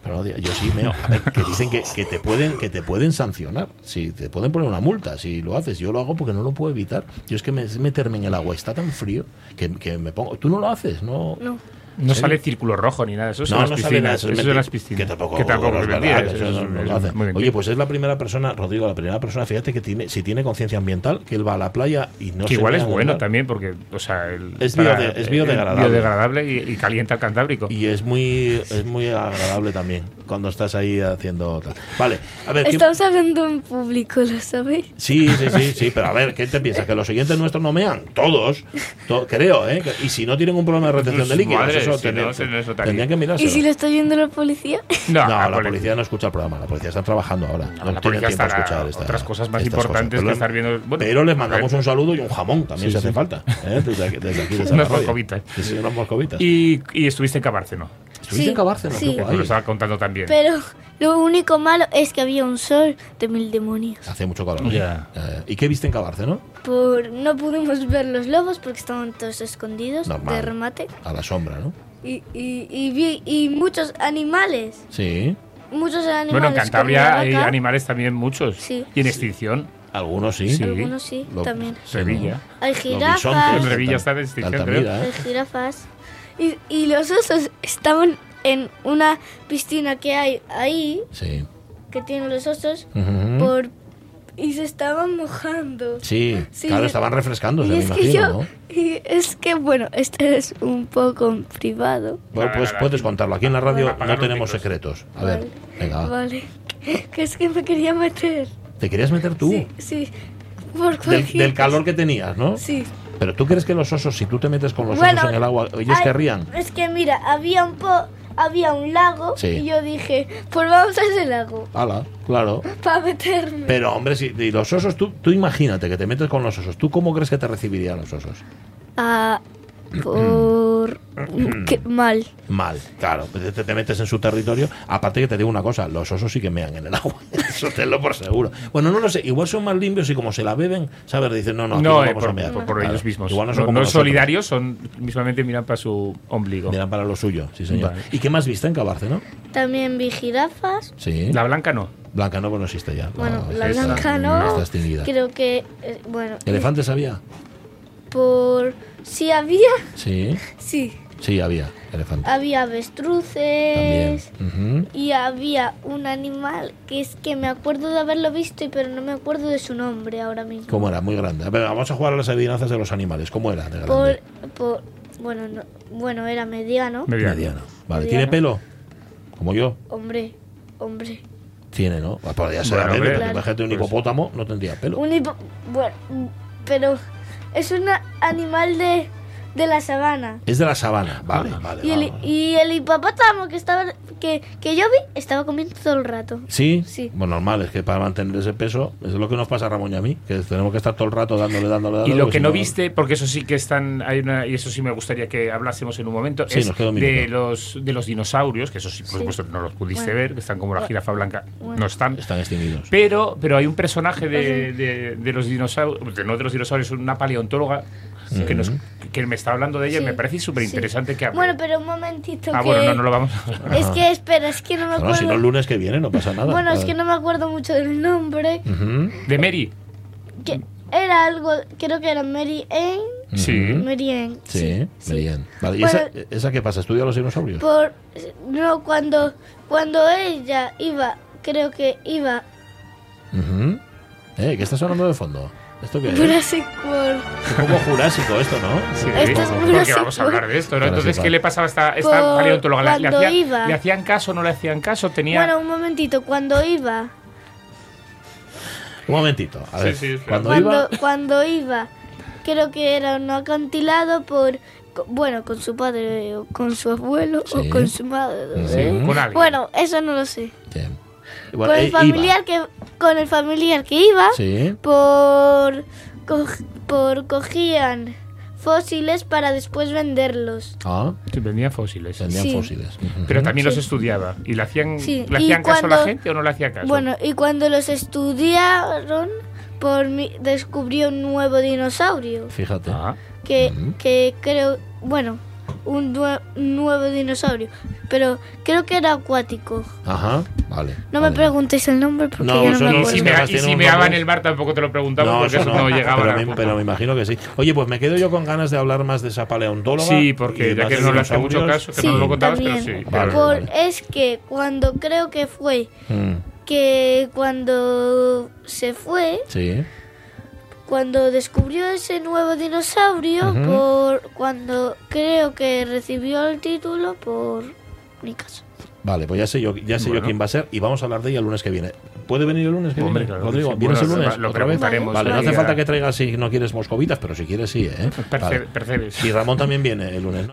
S2: pero no digas, yo sí meo. A ver, que dicen que, que te pueden, que te pueden sancionar. Si te pueden poner una multa si lo haces. Yo lo hago porque no lo puedo evitar. Yo es que me, es meterme en el agua. Está tan frío que, que me pongo. Tú no lo haces, ¿no.
S12: No.
S3: No
S2: ¿En serio?
S3: sale círculo rojo ni nada de eso. son
S2: No,
S3: las
S2: no sale nada,
S3: piscinas.
S2: eso es
S3: Eso es
S2: mentira.
S3: las piscinas.
S2: Que tampoco,
S3: Que tampoco
S2: no
S3: es
S2: es
S3: mentira,
S2: verdad,
S3: eso
S2: eso
S3: es-
S2: no lo
S3: es
S2: hacen.
S3: muy mentira.
S2: Oye, pues es la primera persona, Rodrigo, la primera persona, fíjate que tiene, si tiene conciencia ambiental, que él va a la playa y no
S3: que
S2: se
S3: igual
S2: mea
S3: es
S2: en el
S3: bueno
S2: mar.
S3: también porque, o sea, el-
S2: Es
S3: para-
S2: biode- es
S3: el
S2: biodegradable.
S3: biodegradable y, y calienta el Cantábrico.
S2: Y es muy, es muy agradable también cuando estás ahí haciendo tal. Vale, a ver, ¿qué-
S12: Estamos hablando en público, ¿lo sabéis?
S2: Sí, sí, sí, sí, pero a ver, ¿qué te piensas? ¿Que los siguientes nuestros no mean? Todos, to- creo, ¿eh? Que- Y si no tienen un problema de retención de
S3: Pues,
S2: líquidos,
S3: madre,
S2: eso
S3: si
S2: tendría-
S3: no, se nos notaría.
S2: tendrían que mirarse.
S12: ¿Y si lo está viendo la policía?
S2: No,
S3: No, Ah, la
S2: la
S3: policía- Ah,
S2: policía no escucha el programa, la policía está trabajando ahora. No,
S3: la
S2: tienen
S3: policía
S2: tiempo a
S3: estará-
S2: escuchar esta-
S3: otras cosas más
S2: estas
S3: importantes
S2: Pero
S3: que
S2: le-
S3: estar viendo- bueno,
S2: pero les
S3: a
S2: mandamos
S3: ver.
S2: un saludo y un jamón también
S3: Sí,
S2: si hace
S3: sí.
S2: falta. ¿eh? Desde aquí, desde aquí, desde la
S3: Unas
S2: radio.
S3: moscovitas.
S2: Sí, sí, unas moscovitas.
S3: Y, y estuviste en Cabárceno.
S2: Estuviste en Bárcena,
S12: sí.
S2: qué
S9: Lo
S2: guay.
S9: estaba contando también.
S12: Pero lo único malo es que había un sol de mil demonios.
S2: Hace mucho calor. ¿eh?
S3: Ya.
S2: Eh, ¿Y qué viste en Cabárceno?
S12: Por, no pudimos ver los lobos porque estaban todos escondidos de
S2: Normal.
S12: remate.
S2: A la sombra, ¿no?
S12: Y, y, y vi y muchos animales.
S2: Sí.
S12: Muchos animales.
S9: Bueno, en Cantabria
S12: como la
S9: hay
S12: vaca.
S9: animales también muchos.
S12: Sí.
S9: Y en extinción.
S2: Algunos sí.
S12: Algunos sí, también.
S9: Sevilla.
S12: Hay jirafas.
S9: En Sevilla está en extinción, creo.
S2: ¿eh?
S12: Hay jirafas. Y, y los osos estaban en una piscina que hay ahí,
S2: Sí.
S12: que tienen los osos,
S2: Ujú.
S12: por, y se estaban mojando.
S2: Sí,
S12: Sí,
S2: claro,
S12: yo-
S2: estaban refrescándose,
S12: y
S2: me
S12: es que
S2: imagino,
S12: yo,
S2: ¿no?
S12: y es que bueno, este es un poco privado.
S2: Bueno, pues puedes contarlo. Aquí en la radio no tenemos secretos. A ver,
S12: Vale.
S2: venga. va.
S12: Vale, que es que me quería meter.
S2: ¿Te querías meter tú?
S12: Sí, por
S2: Del,
S12: cualquier
S2: del calor que tenías, ¿no?
S12: Sí.
S2: Pero tú crees que los osos, si tú te metes con los osos en el agua, ellos
S12: ay,
S2: querrían.
S12: Es que mira, había un po, había un lago
S2: Sí.
S12: y yo dije, pues vamos a ese lago
S2: Ala, claro.
S12: para meterme.
S2: Pero, hombre, si y los osos, tú, tú imagínate que te metes con los osos. ¿Tú cómo crees que te recibirían los osos?
S12: Ah, por qué mal.
S2: Mal, claro. Te, te- te metes en su territorio. Aparte que te digo una cosa, los osos sí que mean en el agua. Eso tenlo por seguro. Bueno, no lo sé. Igual son más limpios y como se la beben, ¿sabes? Dicen, no, no,
S9: No,
S2: aquí
S9: eh,
S2: vamos a
S9: por,
S2: mear.
S9: por- por
S2: Claro.
S9: ellos mismos.
S2: Igual no
S9: no
S2: son
S9: no
S2: como
S9: es
S2: nosotros.
S9: solidarios, son mismamente miran para su ombligo.
S2: Miran para lo suyo, sí, señor.
S9: Vale.
S2: ¿Y qué más viste en Cabárceno?
S12: También vi jirafas.
S2: Sí.
S9: La blanca no.
S2: Blanca no, pues no existe ya.
S12: Bueno,
S2: No,
S12: la
S2: está-
S12: blanca no.
S2: Está extinguida.
S12: Creo que, eh, bueno,
S2: ¿Elefantes había?
S12: por si había,
S2: Sí.
S12: sí,
S2: Sí, había. Elefantes.
S12: había avestruces.
S2: Ujú.
S12: Y había un animal que es que me acuerdo de haberlo visto, y- pero no me acuerdo de su nombre ahora mismo.
S2: ¿Cómo era? Muy grande. A ver, vamos a jugar a las adivinanzas de los animales. ¿Cómo era? De grande?
S12: Por, por, bueno, no- bueno, era mediano.
S2: Mediano. Vale, ¿tiene
S12: Mediano.
S2: pelo? Como yo.
S12: Hombre, hombre.
S2: Tiene, ¿no? Pues Podría ser
S9: Bueno,
S2: a ver,
S9: hombre. Pues-
S2: pero imagínate un hipopótamo, no tendría pelo.
S12: Un hipo- bueno, mm, pero es un a- animal de, de la sabana.
S2: Es de la sabana, vale, vale.
S12: Y el, y el hipopótamo que estaba que, que yo vi estaba comiendo todo el rato.
S2: ¿Sí?
S12: Sí.
S2: Bueno, normal, es que para mantener ese peso, eso es lo que nos pasa a Ramón y a mí, que tenemos que estar todo el rato dándole, dándole, dándole.
S9: Y lo
S2: porque
S9: que
S2: si
S9: no viste, porque eso sí que están, hay una- y eso sí me gustaría que hablásemos en un momento,
S2: Sí,
S9: es
S2: nos queda un
S9: de
S2: minuto.
S9: los de los dinosaurios, que eso sí, por
S2: Sí.
S9: supuesto no los pudiste
S2: Bueno.
S9: ver, que están como la
S2: Bueno.
S9: jirafa blanca,
S2: Bueno.
S9: no están.
S2: Están extinguidos.
S9: Pero, pero hay un personaje de, de- de los dinosaurios, de- no de los dinosaurios, una paleontóloga
S2: Sí.
S9: que, nos, que me está hablando de ella y me parece súper interesante que hable.
S12: Bueno, pero un momentito.
S9: ah,
S12: que-
S9: bueno, no, no lo vamos a hablar.
S12: Es que, espera, es que no me
S2: No,
S12: acuerdo.
S2: no, si no el lunes que viene no pasa nada.
S12: bueno, es que no me acuerdo mucho del nombre.
S9: De Mary.
S12: que era algo, creo que era Mary Ann.
S2: Sí.
S12: Mary Ann.
S2: Sí, Mary Ann. Vale, ¿y
S12: Bueno-
S2: esa, esa qué pasa? ¿Estudia los dinosaurios?
S12: Por no cuando cuando ella iba, creo que iba Pues-
S2: Ujú. Eh, ¿Qué está sonando de fondo? ¿Esto qué es?
S12: Jurassic World.
S2: Es como jurásico esto, ¿no?
S9: Sí,
S12: Esto es
S9: porque
S12: Jurassic
S9: vamos a hablar de esto, ¿no?
S2: Jurassic
S9: Entonces, ¿qué
S2: Park.
S9: le pasaba a esta, esta
S12: Por
S9: paleontóloga? ¿Le- ¿Le,
S12: cuando
S9: hacía-
S12: iba.
S9: le hacían caso no le hacían caso? Tenía...
S12: Bueno, un momentito, cuando iba,
S2: Un momentito. A
S9: Sí,
S2: ver,
S9: sí, espera.
S2: cuando
S12: cuando
S2: iba...
S12: cuando iba, creo que era un acantilado por co- bueno, con su padre o con su abuelo
S2: Sí.
S12: o con su madre. no
S2: Ujú.
S12: sé.
S2: Con alguien.
S12: Bueno, eso no lo sé.
S2: Bueno,
S12: con
S2: eh,
S12: el
S2: iba.
S12: familiar Pues, que con el familiar que iba
S2: Sí.
S12: por cog- por cogían fósiles para después venderlos.
S2: Ah.
S9: Sí, vendían fósiles.
S2: Vendían
S12: Sí.
S2: fósiles.
S9: Pero también los
S12: Sí.
S9: estudiaba. ¿Y le hacían,
S12: Sí,
S9: ¿le
S12: y
S9: hacían caso a la
S12: cuando-
S9: gente o no le hacían caso?
S12: Bueno, y cuando los estudiaron, por mi- descubrió un nuevo dinosaurio.
S2: Fíjate.
S9: Ah.
S12: Que, que creo, bueno, un, nue- un nuevo dinosaurio. Pero creo que era acuático.
S2: Ajá, vale.
S12: No me preguntéis el nombre porque
S2: No,
S12: yo no
S2: eso
S12: me
S2: no,
S12: acuerdo.
S9: y si
S2: Además
S9: me, y
S2: tiene
S9: si
S2: un
S9: me
S2: nombre-
S9: daban el bar tampoco te lo preguntaba porque
S2: eso
S9: eso no, llegaba
S2: pero,
S9: al
S2: me,
S9: punto.
S2: pero me imagino que sí. Oye, pues me quedo yo con ganas de hablar más de esa paleontóloga.
S9: Sí, porque
S2: y
S9: ya
S2: más
S9: que
S2: de
S9: no le hace mucho
S2: dinosaurios.
S9: caso, que no lo contabas, pero sí.
S12: También,
S2: Vale,
S12: por-
S2: vale.
S12: es que cuando creo que fue,
S2: Mm,
S12: que cuando se fue,
S2: Sí.
S12: Cuando descubrió ese nuevo dinosaurio,
S2: Ujú.
S12: por cuando creo que recibió el título por mi caso.
S2: Vale, pues ya sé yo, ya sé yo quién va a ser y vamos a hablar de ella el lunes que viene. ¿Puede venir el lunes que
S9: Hombre,
S2: viene?
S9: claro que
S2: Rodrigo,
S9: sí.
S2: ¿vienes
S9: Bueno,
S2: el lunes?
S9: lo- lo
S2: otra vez?
S9: preguntaremos
S2: Vale, no hace
S9: enseguida.
S2: falta que traigas si no quieres moscovitas, pero si quieres sí, ¿eh?
S9: Perce-
S2: Vale.
S9: percebes.
S2: Y Ramón también viene el lunes. ¿no?